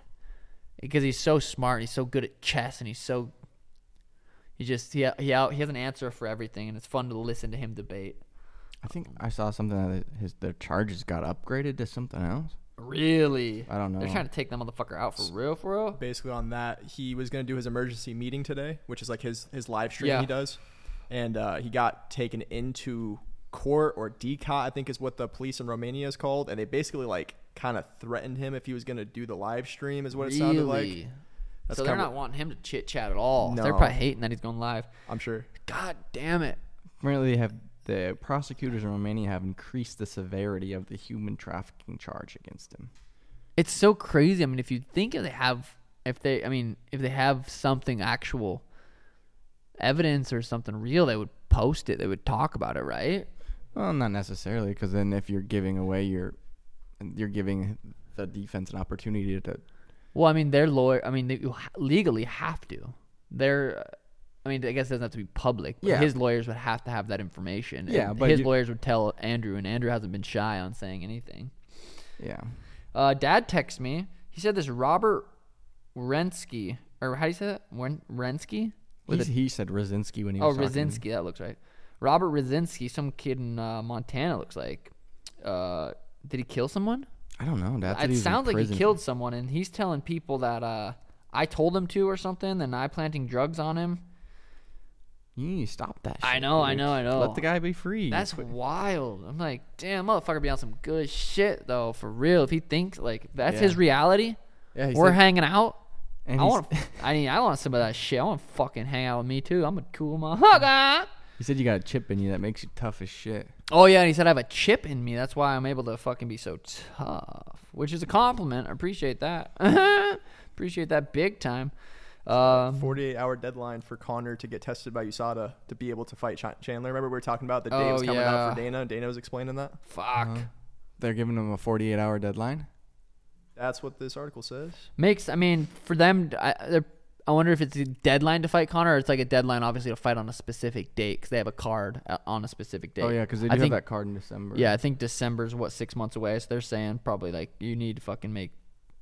A: because he's so smart. He's so good at chess, and he's so he just he he out, he has an answer for everything, and it's fun to listen to him debate.
B: I think I saw something that his their charges got upgraded to something else.
A: Really,
B: I don't know.
A: They're trying to take that motherfucker out for real, for real.
C: basically on that he was going to do his emergency meeting today which is like his his live stream
A: Yeah.
C: he does and uh, he got taken into court or DCOT I think is what the police in Romania is called and they basically like kind of threatened him if he was going to do the live stream is what it sounded like
A: Really?
C: That's
A: so they're
C: kinda-
A: not wanting him to chit chat at all. They're
C: No.
A: probably hating that he's going live.
C: I'm sure
A: God damn it.
B: Apparently, they have the prosecutors in Romania have increased the severity of the human trafficking charge against him.
A: it's so crazy. I mean, if you think if they have, if they, I mean, if they have something actual evidence or something real, they would post it. They would talk about it, right?
B: Well, not necessarily, because then if you're giving away your, you're giving the defense an opportunity to.
A: Well, I mean, their lawyer. I mean, they you ha- legally have to. They're. uh, I mean, I guess it doesn't have to be public. But
B: Yeah.
A: His lawyers would have to have that information.
B: Yeah,
A: and
B: but
A: his
B: you-
A: lawyers would tell Andrew, and Andrew hasn't been shy on saying anything.
B: Yeah,
A: Uh, Dad texted me. He said this Robert Rensky, or how do you say that? Wen- Rensky?
B: He's- he said Rosinski when he
A: Oh,
B: was talking to me.
A: Rosinski, that looks right. Robert Rosinski, some kid in uh, Montana looks like. Uh, did he kill someone?
B: I don't know. That's
A: It sounds like he killed someone, and he's telling people that uh, I told him to or something, and I planting drugs on him.
B: You need to stop that.
A: I
B: shit,
A: know, I
B: dude.
A: know, I know.
B: Let the guy be free.
A: That's wild. I'm like, damn, motherfucker, be on some good shit though, for real. If he thinks like if that's his
B: Yeah.
A: reality,
B: Yeah, he's
A: we're
B: like-
A: hanging out.
B: and
A: I
B: he's-
A: want, <laughs> I mean, I want some of that shit. I want to fucking hang out with me too. I'm a cool motherfucker.
B: He said you got a chip in you that makes you tough as shit.
A: Oh yeah, and he said I have a chip in me. That's why I'm able to fucking be so tough, which is a compliment. I appreciate that. <laughs> appreciate that big time. Um,
C: 48 hour deadline for Connor to get tested by USADA to be able to fight Ch- Chandler remember we were talking about the day
A: Oh,
C: was coming out for
A: yeah.
C: Dana and Dana was explaining that
A: fuck.
B: Uh-huh. They're giving him a 48 hour deadline.
C: that's what this article says
A: Makes. I mean, for them, I, they're- I wonder if it's a deadline to fight Connor, or it's like a deadline, obviously, to fight on a specific date because they have a card uh, on a specific date.
B: Oh yeah, because they
A: I
B: do have
A: think-
B: that card in December.
A: Yeah, I think December's what six months away, so they're saying probably like you need to fucking make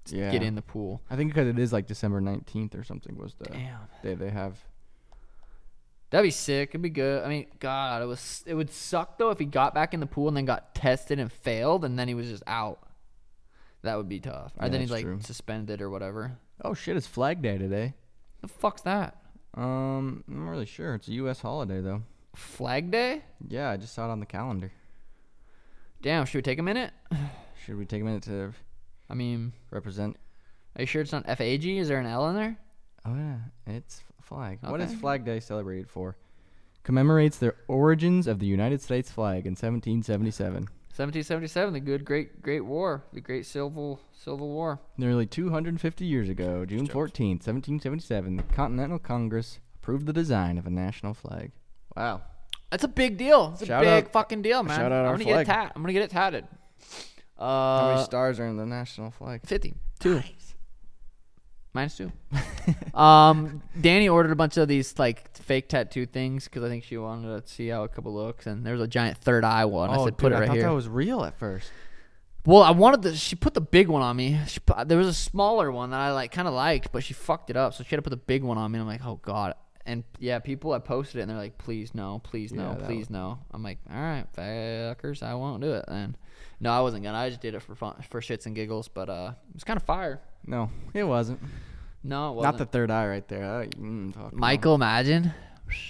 B: yeah.
A: get in the pool.
B: I think because it is like December 19th or something was the
A: Damn.
B: day they have.
A: That'd be sick. It'd be good. I mean, God, it was. It would suck though if he got back in the pool and then got tested and failed, and then he was just out. That would be tough.
B: Yeah,
A: and then he's
B: that's
A: like
B: true.
A: suspended or whatever.
B: Oh shit! It's Flag Day today.
A: The fuck's that?
B: Um, I'm not really sure. It's a U.S. holiday though.
A: Flag Day?
B: Yeah, I just saw it on the calendar.
A: Damn. Should we take a minute?
B: Should we take a minute to
A: I mean,
B: represent?
A: are you sure it's not F A G? Is there an L in there?
B: Oh yeah, it's flag. What is
A: Okay.
B: Flag Day celebrated for? Commemorates the origins of the United States flag in 1777.
A: 1777, the good, great, great war, the great civil, civil war.
B: Nearly 250 years ago, June 14, 1777, the Continental Congress approved the design of a national flag. Wow.
A: That's a big deal. It's a
B: Shout
A: big
B: out-
A: fucking deal, man.
B: shout out
A: I'm
B: our
A: gonna get it
B: flag.
A: tat. I'm gonna get it tatted.
B: How
A: Uh,
B: many stars are in the national flag?
A: 50. Two. Minus two. <laughs> um, Danny ordered a bunch of these like fake tattoo things because I think she wanted to see how a couple looks, and there was a giant third eye one. I said, "Put it right
B: oh, I thought
A: here."
B: that was real at first.
A: well, I wanted the. She put the big one on me. She put, there was a smaller one that I like kind of liked, but she fucked it up, so she had to put the big one on me. And I'm like, "Oh God!" And yeah, people, I posted it, and they're like, "Please no, please no,
B: Yeah, that
A: please no." I'm like, "All right, fuckers, I won't do it then." No, I wasn't gonna. I just did it for fun, for shits and giggles, but uh, it was kind of fire.
B: No, it wasn't.
A: No, it wasn't.
B: Not the third eye right there. I- mm, fuck no.
A: Michael, imagine.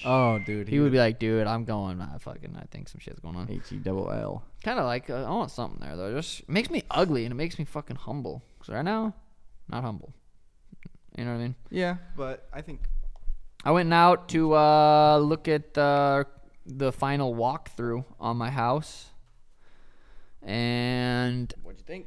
B: Oh, dude,
A: He would be like, dude, I'm going. I fucking, I think some shit's going on.
B: H E double L.
A: Kind of like, uh, I want something there though. Just makes me ugly and it makes me fucking humble. Cause right now, not humble. You know what I mean?
B: Yeah, but I think
A: I went out to uh, look at uh, the final walkthrough on my house, and
B: What'd you think?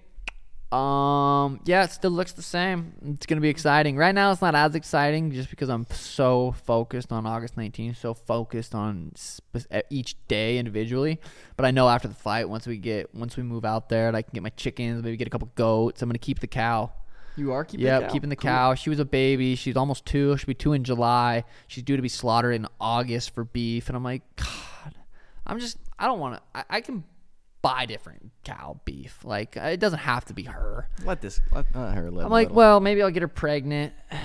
A: Um, yeah, it still looks the same. It's gonna be exciting. Right now, it's not as exciting just because I'm so focused on August 19th, so focused on sp- each day individually. But I know after the fight, once we get once we move out there, and I can get my chickens, maybe get a couple goats. I'm gonna keep the cow.
B: You are keeping.
A: Yeah,
B: the cow?
A: keeping the
B: Cool.
A: cow. She was a baby. She's almost two. She'll be two in July. She's due to be slaughtered in August for beef. And I'm like, God, I'm just, I don't want to. I, I can buy different cow beef. Like, it doesn't have to be her.
B: Let this. Let uh, her live.
A: I'm like, well, maybe I'll get her pregnant. <sighs>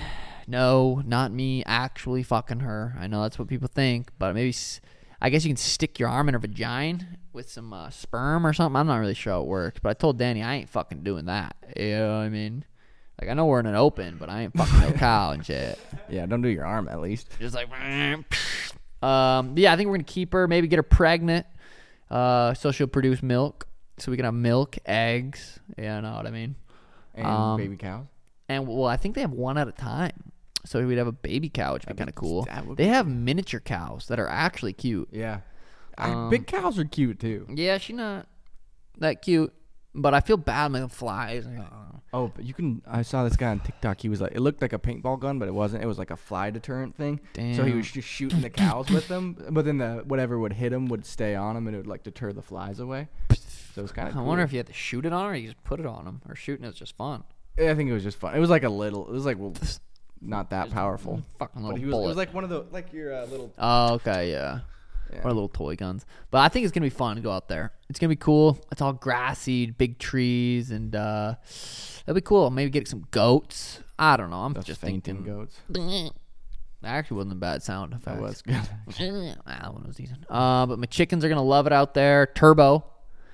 A: No, not me actually fucking her. I know that's what people think, but maybe s- I guess you can stick your arm in her vagina with some uh, sperm or something. I'm not really sure how it works, but I told Danny I ain't fucking doing that. You know what I mean? Like I know we're in an open, but I ain't fucking no cow and shit.
B: yeah, don't do your arm at least.
A: Just like, <laughs> um, but yeah, I think we're gonna keep her, maybe get her pregnant, uh, so she'll produce milk, so we can have milk, eggs. Yeah, I know what I mean
B: And
A: Um,
B: baby cows.
A: and well, I think they have one at a time. So we'd have a baby cow, which would be kind of cool.
B: that would
A: They have miniature cows that are actually cute.
B: Yeah. I-
A: um,
B: big cows are cute too.
A: Yeah, she not that cute, but I feel bad when it flies. Like, "Oh."
B: Oh, but you can. I saw this guy on TikTok. He was like, it looked like a paintball gun, but it wasn't. It was like a fly deterrent thing. So he
A: Damn.
B: was just shooting the cows with them, but then the whatever would hit him would stay on him, and it would like deter the flies away. So it was kind
A: I
B: of. Cool.
A: wonder if you had to shoot it on her, or you just put it on them, or shooting is just fun.
B: I think it was just fun. It was like a little. It was like well, not that powerful.
A: Fucking
B: But
A: little
B: he was,
A: bullet.
B: it was like one of the like your uh, little.
A: oh, okay, yeah.
B: Yeah.
A: Or little toy guns. But I think it's gonna be fun to go out there. It's gonna be cool. It's all grassy, big trees, and uh, that'll be cool. Maybe get some goats. I don't know. I'm
B: Those
A: just
B: fainting
A: thinking.
B: goats.
A: That actually wasn't a bad sound if I
B: That
A: was.
B: was <laughs> good.
A: that one was decent. Uh, but my chickens are gonna love it out there. Turbo.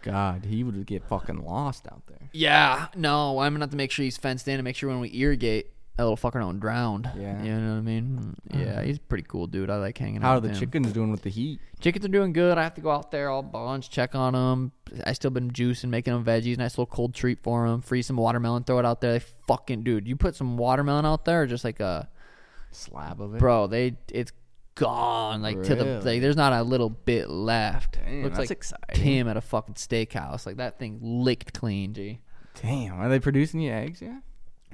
B: God, he would get fucking lost out there.
A: Yeah. No, I'm gonna have to make sure he's fenced in and make sure when we irrigate, that little fucker don't drown.
B: Yeah. Mm-hmm.
A: You know what I mean? Yeah, he's a pretty cool dude. I like hanging
B: How
A: out.
B: are the
A: with him.
B: chickens doing with the heat?
A: Chickens are doing good. I have to go out there all bunch, check on them. I still been juicing, making them veggies. Nice little cold treat for them. Freeze some watermelon, throw it out there. They fucking dude, you put some watermelon out there, or just like a
B: Slab of it.
A: bro they it's gone like to the
B: Really?
A: like there's not a little bit left
B: Damn,
A: looks
B: that's
A: like
B: exciting.
A: tim at a fucking steakhouse like that thing licked clean g
B: Damn, are they producing the eggs? Yeah.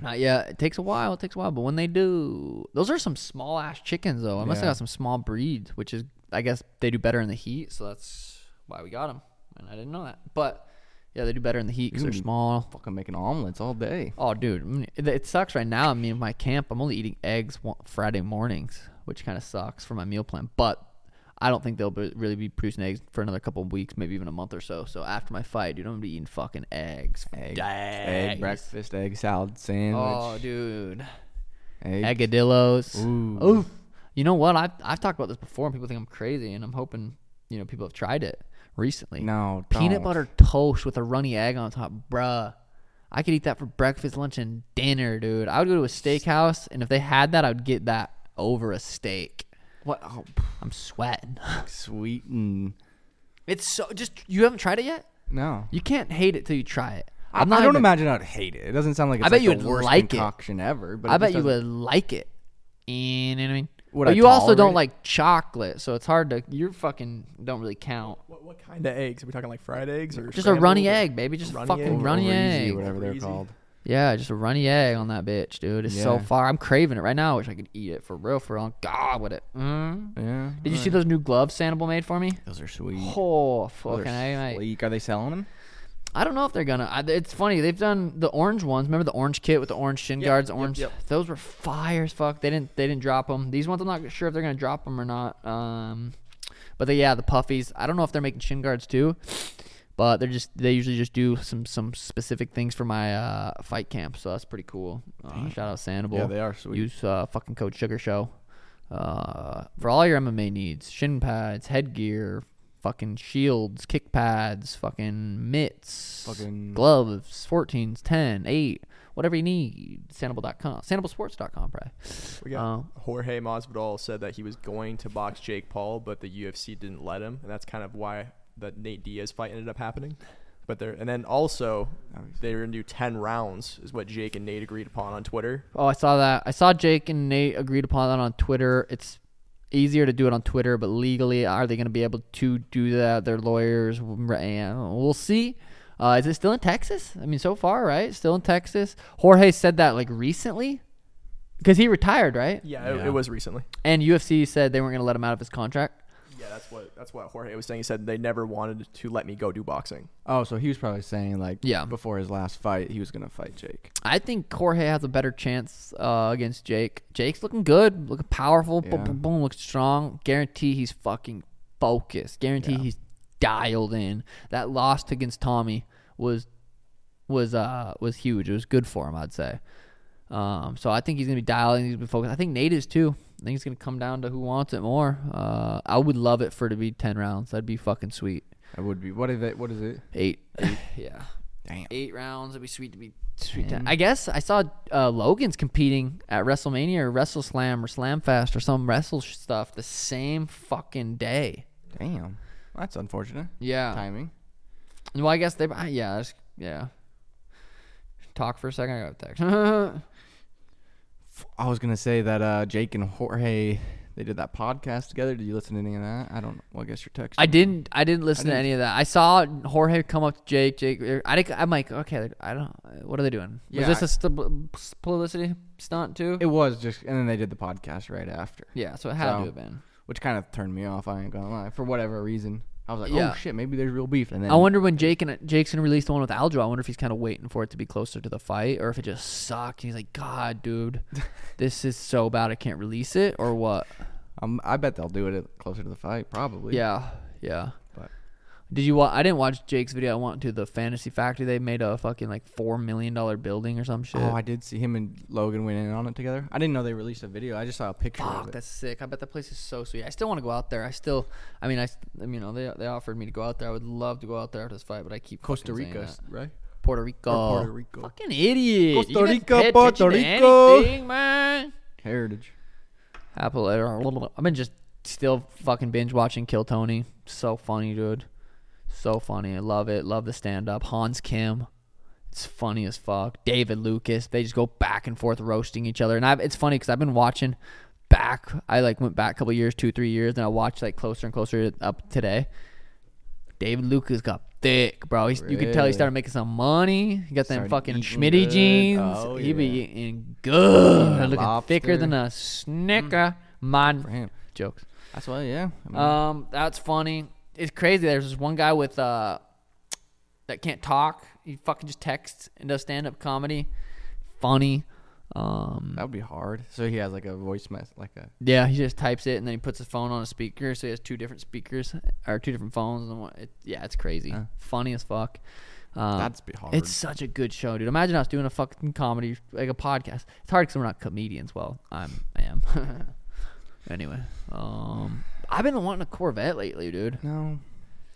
A: not yet it takes a while it takes a while but when they do those are some small ass chickens though i must
B: Yeah.
A: have got some small breeds which is i guess they do better in the heat so that's why we got them and i didn't know that but yeah they do better in the heat because they're
B: Ooh.
A: small
B: Fucking making omelets all day.
A: Oh, dude, I mean, it- it sucks right now. I mean, my camp, I'm only eating eggs wa- Friday mornings, which kind of sucks for my meal plan. But I don't think they'll be, really be producing eggs for another couple of weeks, maybe even a month or so. So after my fight, dude, I'm gonna be eating fucking eggs. for
B: Egg,
A: days.
B: egg breakfast, egg salad sandwich.
A: Oh, dude,
B: egg.
A: eggadillos.
B: Ooh.
A: Oof. You know what? I've I've talked about this before, and people think I'm crazy, and I'm hoping you know people have tried it recently.
B: No,
A: Peanut
B: don't.
A: butter toast with a runny egg on top, bruh. I could eat that for breakfast, lunch, and dinner, dude. I would go to a steakhouse, and if they had that, I would get that over a steak.
B: What? Oh, pff,
A: I'm sweating. <laughs>
B: sweet and
A: It's so just you haven't tried it yet.
B: no.
A: You can't hate it till you try it.
B: i
A: I'm not
B: I don't
A: even-
B: imagine I'd hate it. It doesn't sound like it's
A: bet
B: like
A: you
B: the
A: would
B: worst
A: like it.
B: concoction ever. But
A: I
B: it
A: bet
B: just
A: you
B: doesn't-
A: would like it. You know what I mean?
B: Would
A: but
B: I
A: you also don't
B: tolerate it?
A: like chocolate, so it's hard to. You're fucking don't really count.
C: What, what kind of eggs? Are we talking like fried eggs or
A: Just a runny
C: scrambled or-
A: egg, baby. Just a
C: runny
A: fucking
C: egg.
A: runny
B: Or easy,
A: egg.
B: whatever they're
C: Easy.
B: called.
A: Yeah, just a runny egg on that bitch, dude. It's so
B: Yeah.
A: far. I'm craving it right now. I wish I could eat it for real, for real. God, with it. Mm.
B: Yeah.
A: Did you see those new gloves Sanibel made for me?
B: Those are sweet.
A: Oh,
B: Those are
A: fucking A, mate.
B: sleek. Are they selling them?
A: I don't know if they're gonna. I, it's funny they've done the orange ones. Remember the orange kit with the orange shin
C: Yep,
A: guards,
C: yep,
A: orange.
C: yep.
A: Those were fire as fuck. They didn't they didn't drop them. These ones I'm not sure if they're gonna drop them or not. Um, but they, yeah, the puffies. I don't know if they're making shin guards too, but they're just they usually just do some some specific things for my uh, fight camp. So that's pretty cool. Uh, shout out Sandoval.
B: Yeah, they are sweet.
A: Use uh, fucking code Sugar Show uh, for all your MMA needs: shin pads, headgear, fucking shields, kick pads, fucking mitts,
B: Fucking-
A: gloves, 14s, 10, 8, whatever you need. Sandoval.com, SandovalSports.com, probably.
C: We got
A: Uh,
C: Jorge Masvidal said that he was going to box Jake Paul, but the UFC didn't let him, and that's kind of why the Nate Diaz fight ended up happening. But there, and then also they were gonna do ten rounds, is what Jake and Nate agreed upon on Twitter.
A: Oh, I saw that. I saw Jake and Nate agreed upon that on Twitter. It's easier to do it on Twitter, but legally, are they going to be able to do that? Their lawyers, eh, we'll see. Uh, is it still in Texas? I mean, so far, right? Still in Texas. Jorge said that like recently, because he retired, right?
C: Yeah, It,
B: Yeah.
C: it was recently.
A: And UFC said they weren't going to let him out of his contract.
C: Yeah, that's what that's what Jorge was saying. He said they never wanted to let me go do boxing.
B: Oh, so he was probably saying like
A: Yeah.
B: before his last fight he was gonna fight Jake.
A: I think Jorge has a better chance uh, against Jake. Jake's looking good, looking powerful, boom,
B: Yeah.
A: boom, boom, looks strong. Guarantee he's fucking focused. Guarantee he's dialed in. That loss against Tommy was was uh was huge. It was good for him, I'd say. Um, so I think he's gonna be dialing. He's gonna be focused. I think Nate is too. I think it's gonna come down to who wants it more. Uh, I would love it for it to be ten rounds. That'd be fucking sweet.
B: That would be what is it? What is it?
A: Eight. yeah.
B: Damn.
A: Eight rounds. It'd be sweet to be sweet.
B: Mm-hmm.
A: To, I guess I saw uh, Logan's competing at WrestleMania or WrestleSlam or SlamFest or some wrestle sh- stuff the same fucking day.
B: Damn, that's unfortunate.
A: Yeah.
B: Timing.
A: Well, I guess they. I- Yeah. that's- yeah. Talk for a second. I got text. <laughs>
B: I was gonna say that uh, Jake and Jorge they did that podcast together. Did you listen to any of that? I don't. Well, I guess your text.
A: I didn't. I didn't listen to
B: didn't-
A: any of that. I saw Jorge come up to Jake. Jake. er, I, think- I'm like, okay. I don't. What are they doing?
B: Yeah,
A: Was
B: I-
A: this a st- publicity stunt too?
B: It was just, and then they did the podcast right after,
A: yeah. So it had
B: So-
A: to have been.
B: which kind of turned me off. I ain't gonna lie. For whatever reason, I was like,
A: Yeah.
B: oh shit, maybe there's real beef. And then
A: I wonder when Jake and Jake's gonna release the one with Aljo. I wonder if he's kind of waiting for it to be closer to the fight, or if it just sucked. He's like, God,
B: <laughs>
A: dude, this is so bad. I can't release it, or what?
B: um, I bet they'll do it at- closer to the fight, probably.
A: Yeah, yeah.
B: But-
A: Did you? Wa- I didn't watch Jake's video. I went to the Fantasy Factory. They made a fucking like four million dollar building or some shit.
B: Oh, I did see him and Logan went in on it together. I didn't know they released a video. I just saw a picture of
A: Fuck,
B: it.
A: that's sick. I bet that place is so sweet. I still want to go out there. I still, I mean, I, s- I mean, you know, they they offered me to go out there. I would love to go out there after this fight, but I keep
B: Costa
A: fucking saying
B: Rica,
A: that.
B: right?
A: Puerto Rico.
B: Puerto Rico.
A: Fucking idiot.
B: Costa
A: You guys
B: Rica,
A: pay
B: Puerto
A: attention to
B: Rico.
A: anything, man.
B: Heritage.
A: Apple. or a little- I've been just still fucking binge watching Kill Tony. So funny, dude. So funny. I love it. Love the stand up. Hans Kim. It's funny as fuck. David Lucas. They just go back and forth roasting each other. And I've, it's funny because I've been watching back. I like went back a couple years, two, three years, and I watched like closer and closer up today. David Lucas got thick, bro. He's, You could tell he
B: Really?
A: started making some money. He got them
B: Started
A: fucking
B: eating
A: Schmitty
B: good.
A: jeans.
B: Oh,
A: he be
B: yeah.
A: eating good. Looking thicker
B: lobster.
A: than a snicker. Mine
B: For him.
A: jokes.
B: That's why, yeah. I mean,
A: Um, that's funny. It's crazy. There's this one guy with uh that can't talk. He fucking just texts and does stand up comedy. Funny. Um,
B: that would be hard. So he has like a voice mess, like a
A: yeah, he just types it and then he puts his phone on a speaker, so he has two different speakers or two different phones. And one, it, yeah, it's crazy. Funny as fuck. Um,
B: That's be hard.
A: It's such a good show, dude. Imagine us doing a fucking comedy like a podcast. It's hard because we're not comedians. Well, I'm I am. <laughs> anyway, um, I've been wanting a Corvette lately, dude.
B: no,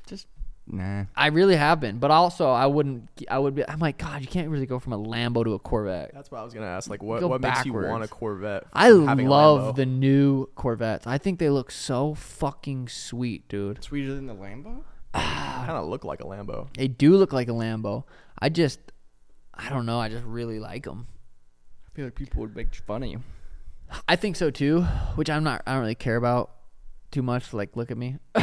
B: just nah.
A: I really have been, but also I wouldn't. I would be. I'm like, God, you can't really go from a Lambo to a Corvette.
C: That's what I was gonna ask. Like, what
A: Go
C: what makes you want a
A: backwards.
C: Corvette?
A: I
C: from having a
A: love
C: Lambo?
A: the new Corvettes. I think they look so fucking sweet, dude.
B: Sweeter than the Lambo?
C: kind of look like a Lambo.
A: They do look like a Lambo. I just, I don't know. I just really like them.
B: I feel like people would make fun of you.
A: I think so too, which I'm not. I don't really care about too much. Like, look at me. <laughs>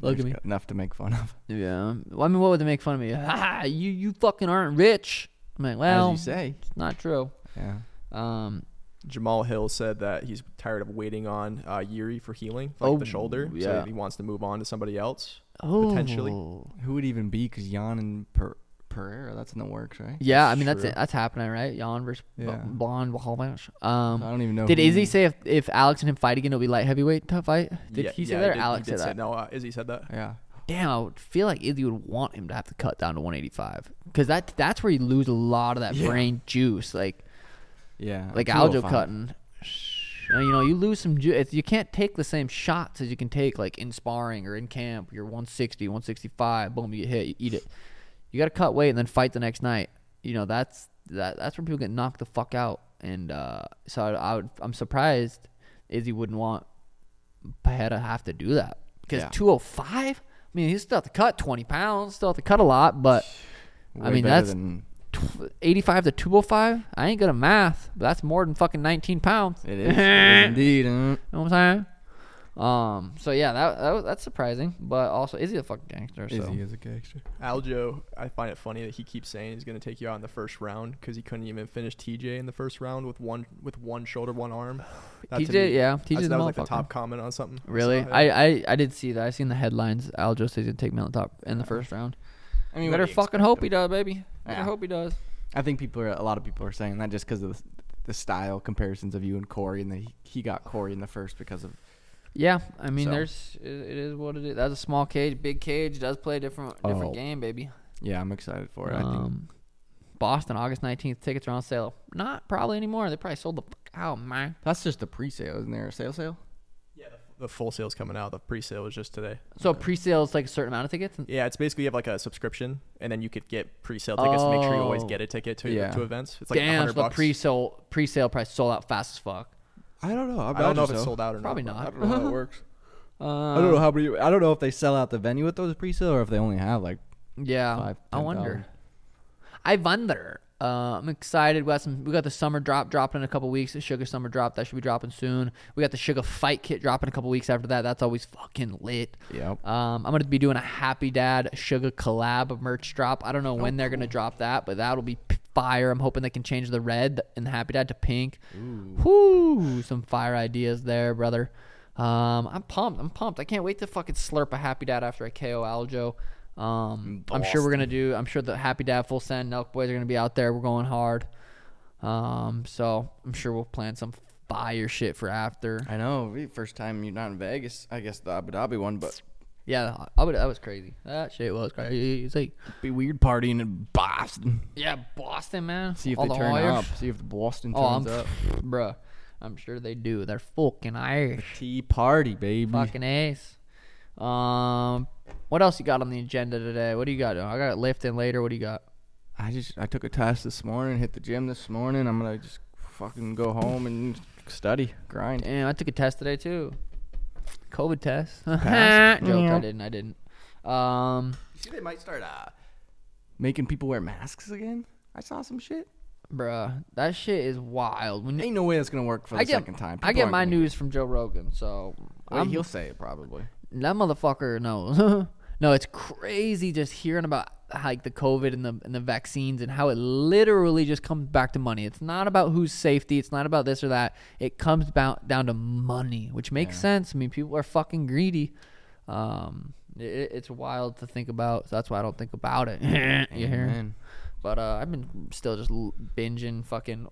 A: look at me.
B: Enough to make fun of. <laughs>
A: Yeah. Well, I mean, what would they make fun of me? <laughs> Ah, you you fucking aren't rich. I'm like, well,
B: As you say.
A: it's not true.
B: Yeah.
A: Um,
C: Jamal Hill said that he's tired of waiting on uh, Yuri for healing, like
A: Oh,
C: the shoulder.
A: yeah.
C: So he wants to move on to somebody else.
A: Oh.
C: Potentially.
B: Who would even be? Because Jan and per- Pereira, that's in the works, right?
A: Yeah, I mean that's
C: True.
A: it. that's happening, right? Yon versus
B: Yeah.
A: Blonde.
B: So
A: Um,
B: I don't even know.
A: Did
B: who-
A: Izzy say if, if Alex and him fight again, it'll be light heavyweight tough fight? Did
C: Yeah,
A: he say
C: yeah,
A: that or
C: did- he
A: Alex
C: did
A: said
C: say-
A: that?
C: No, uh, Izzy said that.
B: Yeah.
A: Damn, I would feel like Izzy would want him to have to cut down to 185 because that that's where you lose a lot of that
B: Yeah.
A: brain juice, like
B: Yeah.
A: like
B: 205.
A: Aljo cutting. And, you know, you lose some. Ju- it's, you can't take the same shots as you can take like in sparring or in camp. You're 160, 165. Boom, you get hit, you eat it. You got to cut weight and then fight the next night. You know, that's that. That's when people get knocked the fuck out. And uh, so I, I would, I'm surprised Izzy wouldn't want Pajeda to have to do that because
B: Yeah.
A: 205. I mean, he still have to cut 20 pounds, still have to cut a lot, but I
B: Way
A: mean
B: better
A: that's
B: than-
A: tw- 85 to 205. I ain't good at math, but that's more than fucking 19 pounds. <laughs>
B: it is, it is indeed. uh,
A: You know what I'm saying? Um. So yeah, that, that was, that's surprising, but also is he a fucking gangster? So
B: Izzy is a gangster.
C: Aljo, I find it funny that he keeps saying he's going to take you out in the first round because he couldn't even finish TJ in the first round with one with one shoulder,
A: <sighs>
C: one arm. That to
A: TJ,
C: me-
A: yeah,
C: I
A: TJ's
C: said
A: a
C: that was like the
A: motherfucker.
C: top comment on something. I saw,
A: Really?
C: yeah.
A: I, I I did see that. I seen the headlines. Aljo says he'll take me on the top in the first round.
B: I
A: You
B: mean, what
A: better
B: do you
A: fucking hope he does, baby. Better
B: Yeah.
A: hope he does.
B: I think people are a lot of people are saying that just because of the, the style comparisons of you and Corey, and that he, he got Corey in the first because of
A: Yeah, I mean,
B: So.
A: there's it, it is what it is. That's a small cage, big cage does play a different different
B: Oh.
A: game, baby.
B: yeah. I'm excited for it. I think
A: Um, Boston, August nineteenth, tickets are on sale. Not probably anymore. They probably sold the fuck out, man.
B: that's just the pre-sale, isn't there? A sale sale?
C: Yeah, the, the full sale's coming out. The pre-sale was just today.
A: So pre-sale is like a certain amount of tickets.
C: Yeah, it's basically you have like a subscription, and then you could get pre-sale tickets to make sure you always
A: Oh.
C: get a ticket to
B: Yeah.
C: to events. It's like
A: Damn,
C: hundred
A: so the
C: bucks.
A: pre-sale pre-sale price sold out fast as fuck.
B: I don't know.
C: I don't know if it's sold out or
A: Probably
C: not.
A: not.
B: know how that <laughs> works.
A: Uh,
B: I don't know how many. I don't know if they sell out the venue with those pre-sale or if they only have like.
A: Yeah,
B: Five,
A: I
B: ten
A: wonder. I wonder. Uh, I'm excited. We got some. We got the summer drop dropping in a couple weeks. The sugar summer drop that should be dropping soon. We got the sugar fight kit dropping a couple weeks after that. That's always fucking lit.
B: Yep.
A: Um, I'm gonna be doing a Happy Dad Sugar collab merch drop. I don't know when they're gonna drop that, but that'll be p- fire. I'm hoping they can change the red in the Happy Dad to pink. Whoo, some fire ideas there, brother. Um, I'm pumped. I'm pumped. I can't wait to fucking slurp a Happy Dad after I KO Aljo. Um, I'm sure we're gonna do. I'm sure the Happy Dad Full Send Elk Boys are gonna be out there. We're going hard. Um, so I'm sure we'll plan some fire shit for after.
B: I know. we- First time you're not in Vegas. I guess the Abu Dhabi one, but
A: Yeah, I would, that was crazy. That shit was crazy. It's like
B: be weird partying in Boston.
A: Yeah, Boston, man.
B: See if
A: All
B: they
A: the
B: turn
A: Warriors.
B: up. See if the Boston
A: Oh, I'm,
B: turns up.
A: <laughs> bruh. I'm sure they do. They're fucking
B: <laughs>
A: Irish,
B: Tea party, baby.
A: fucking ace. Um, what else you got on the agenda today? What do you got? I got lifting later. What do you got?
B: I just I took a test this morning, hit the gym this morning. I'm gonna just fucking go home and study, grind.
A: Damn, I took a test today too. COVID test. <laughs> Joke.
B: Passed?
A: I didn't. I didn't. Um,
B: You see, they might start uh, making people wear masks again. I saw some shit.
A: bruh, that shit is wild. When
B: Ain't no way that's gonna work for the
A: I get,
B: second time.
A: I
B: People
A: get
B: aren't
A: my
B: gonna-
A: news from Joe Rogan, so
B: Well,
A: I'm
B: he'll say it probably.
A: that motherfucker knows. no, <laughs> it's crazy just hearing about like the COVID and the and the vaccines and how it literally just comes back to money. It's not about who's safety. It's not about this or that. It comes about down to money, which makes sense. I mean, people are fucking greedy. Um, i- i it's wild to think about. So that's why I don't think about it. <laughs>
B: Mm-hmm.
A: you hear?
B: <laughs> Amen.
A: But uh, I've been still just l- binging fucking.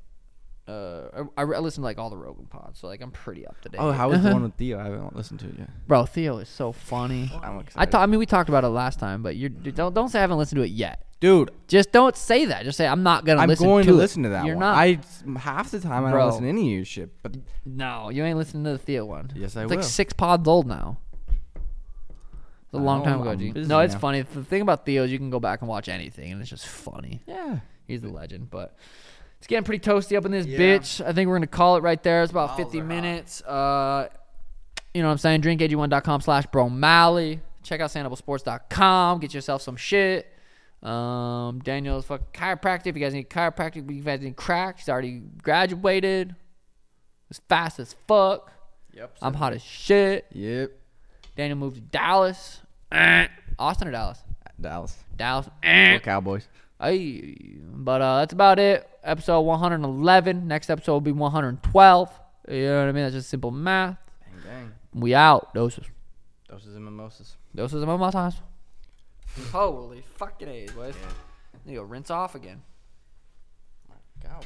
A: Uh, I, I listen to like all the Rogan pods, so like I'm pretty up to date.
B: Oh, how was the one with Theo? I haven't listened to it <laughs> yet.
A: Bro, Theo is so funny.
B: I'm
A: I
B: excited.
A: thought. I mean, we talked about it last time, but you don't don't say I haven't listened to it yet.
B: Dude,
A: Just don't say that. Just say I'm not gonna.
B: I'm
A: listen
B: going
A: to,
B: to,
A: it."
B: listen to that
A: You're
B: one.
A: not.
B: I half the time I
A: Bro.
B: don't listen to any of your shit, but
A: no, you ain't listening to the Theo one.
B: Yes, I
A: it's
B: will.
A: Like six pods old now. It's a long
B: know,
A: time ago,
B: I'm
A: G.
B: busy
A: No, it's
B: now.
A: funny. The thing about Theo is you can go back and watch anything, and it's just funny.
B: yeah.
A: He's a legend, but it's getting pretty toasty up in this
B: Yeah.
A: bitch. I think we're gonna call it right there. It's about
B: Balls
A: fifty
B: are hot.
A: minutes. Uh, you know what I'm saying? Drinkag1.com slash bro Mally. Check out sandablesports.com. Get yourself some shit. Um, Daniel's fucking chiropractic. If you guys need chiropractic, if you guys need crack, he's already graduated. It's fast as fuck.
B: Yep.
A: I'm hot as shit.
B: Yep.
A: Daniel moved to Dallas. Eh. <clears throat> Austin or Dallas?
B: Dallas.
A: Dallas. <clears throat>
B: Go
A: Eh.
B: Cowboys.
A: Aye. But uh, that's about it. Episode 111. Next episode will be 112. You know what I mean? That's just simple math.
B: Bang, bang.
A: We out. Doses.
B: Doses and mimosas.
A: Doses of my times. Holy fucking A's, boys. You go rinse off again.
B: God.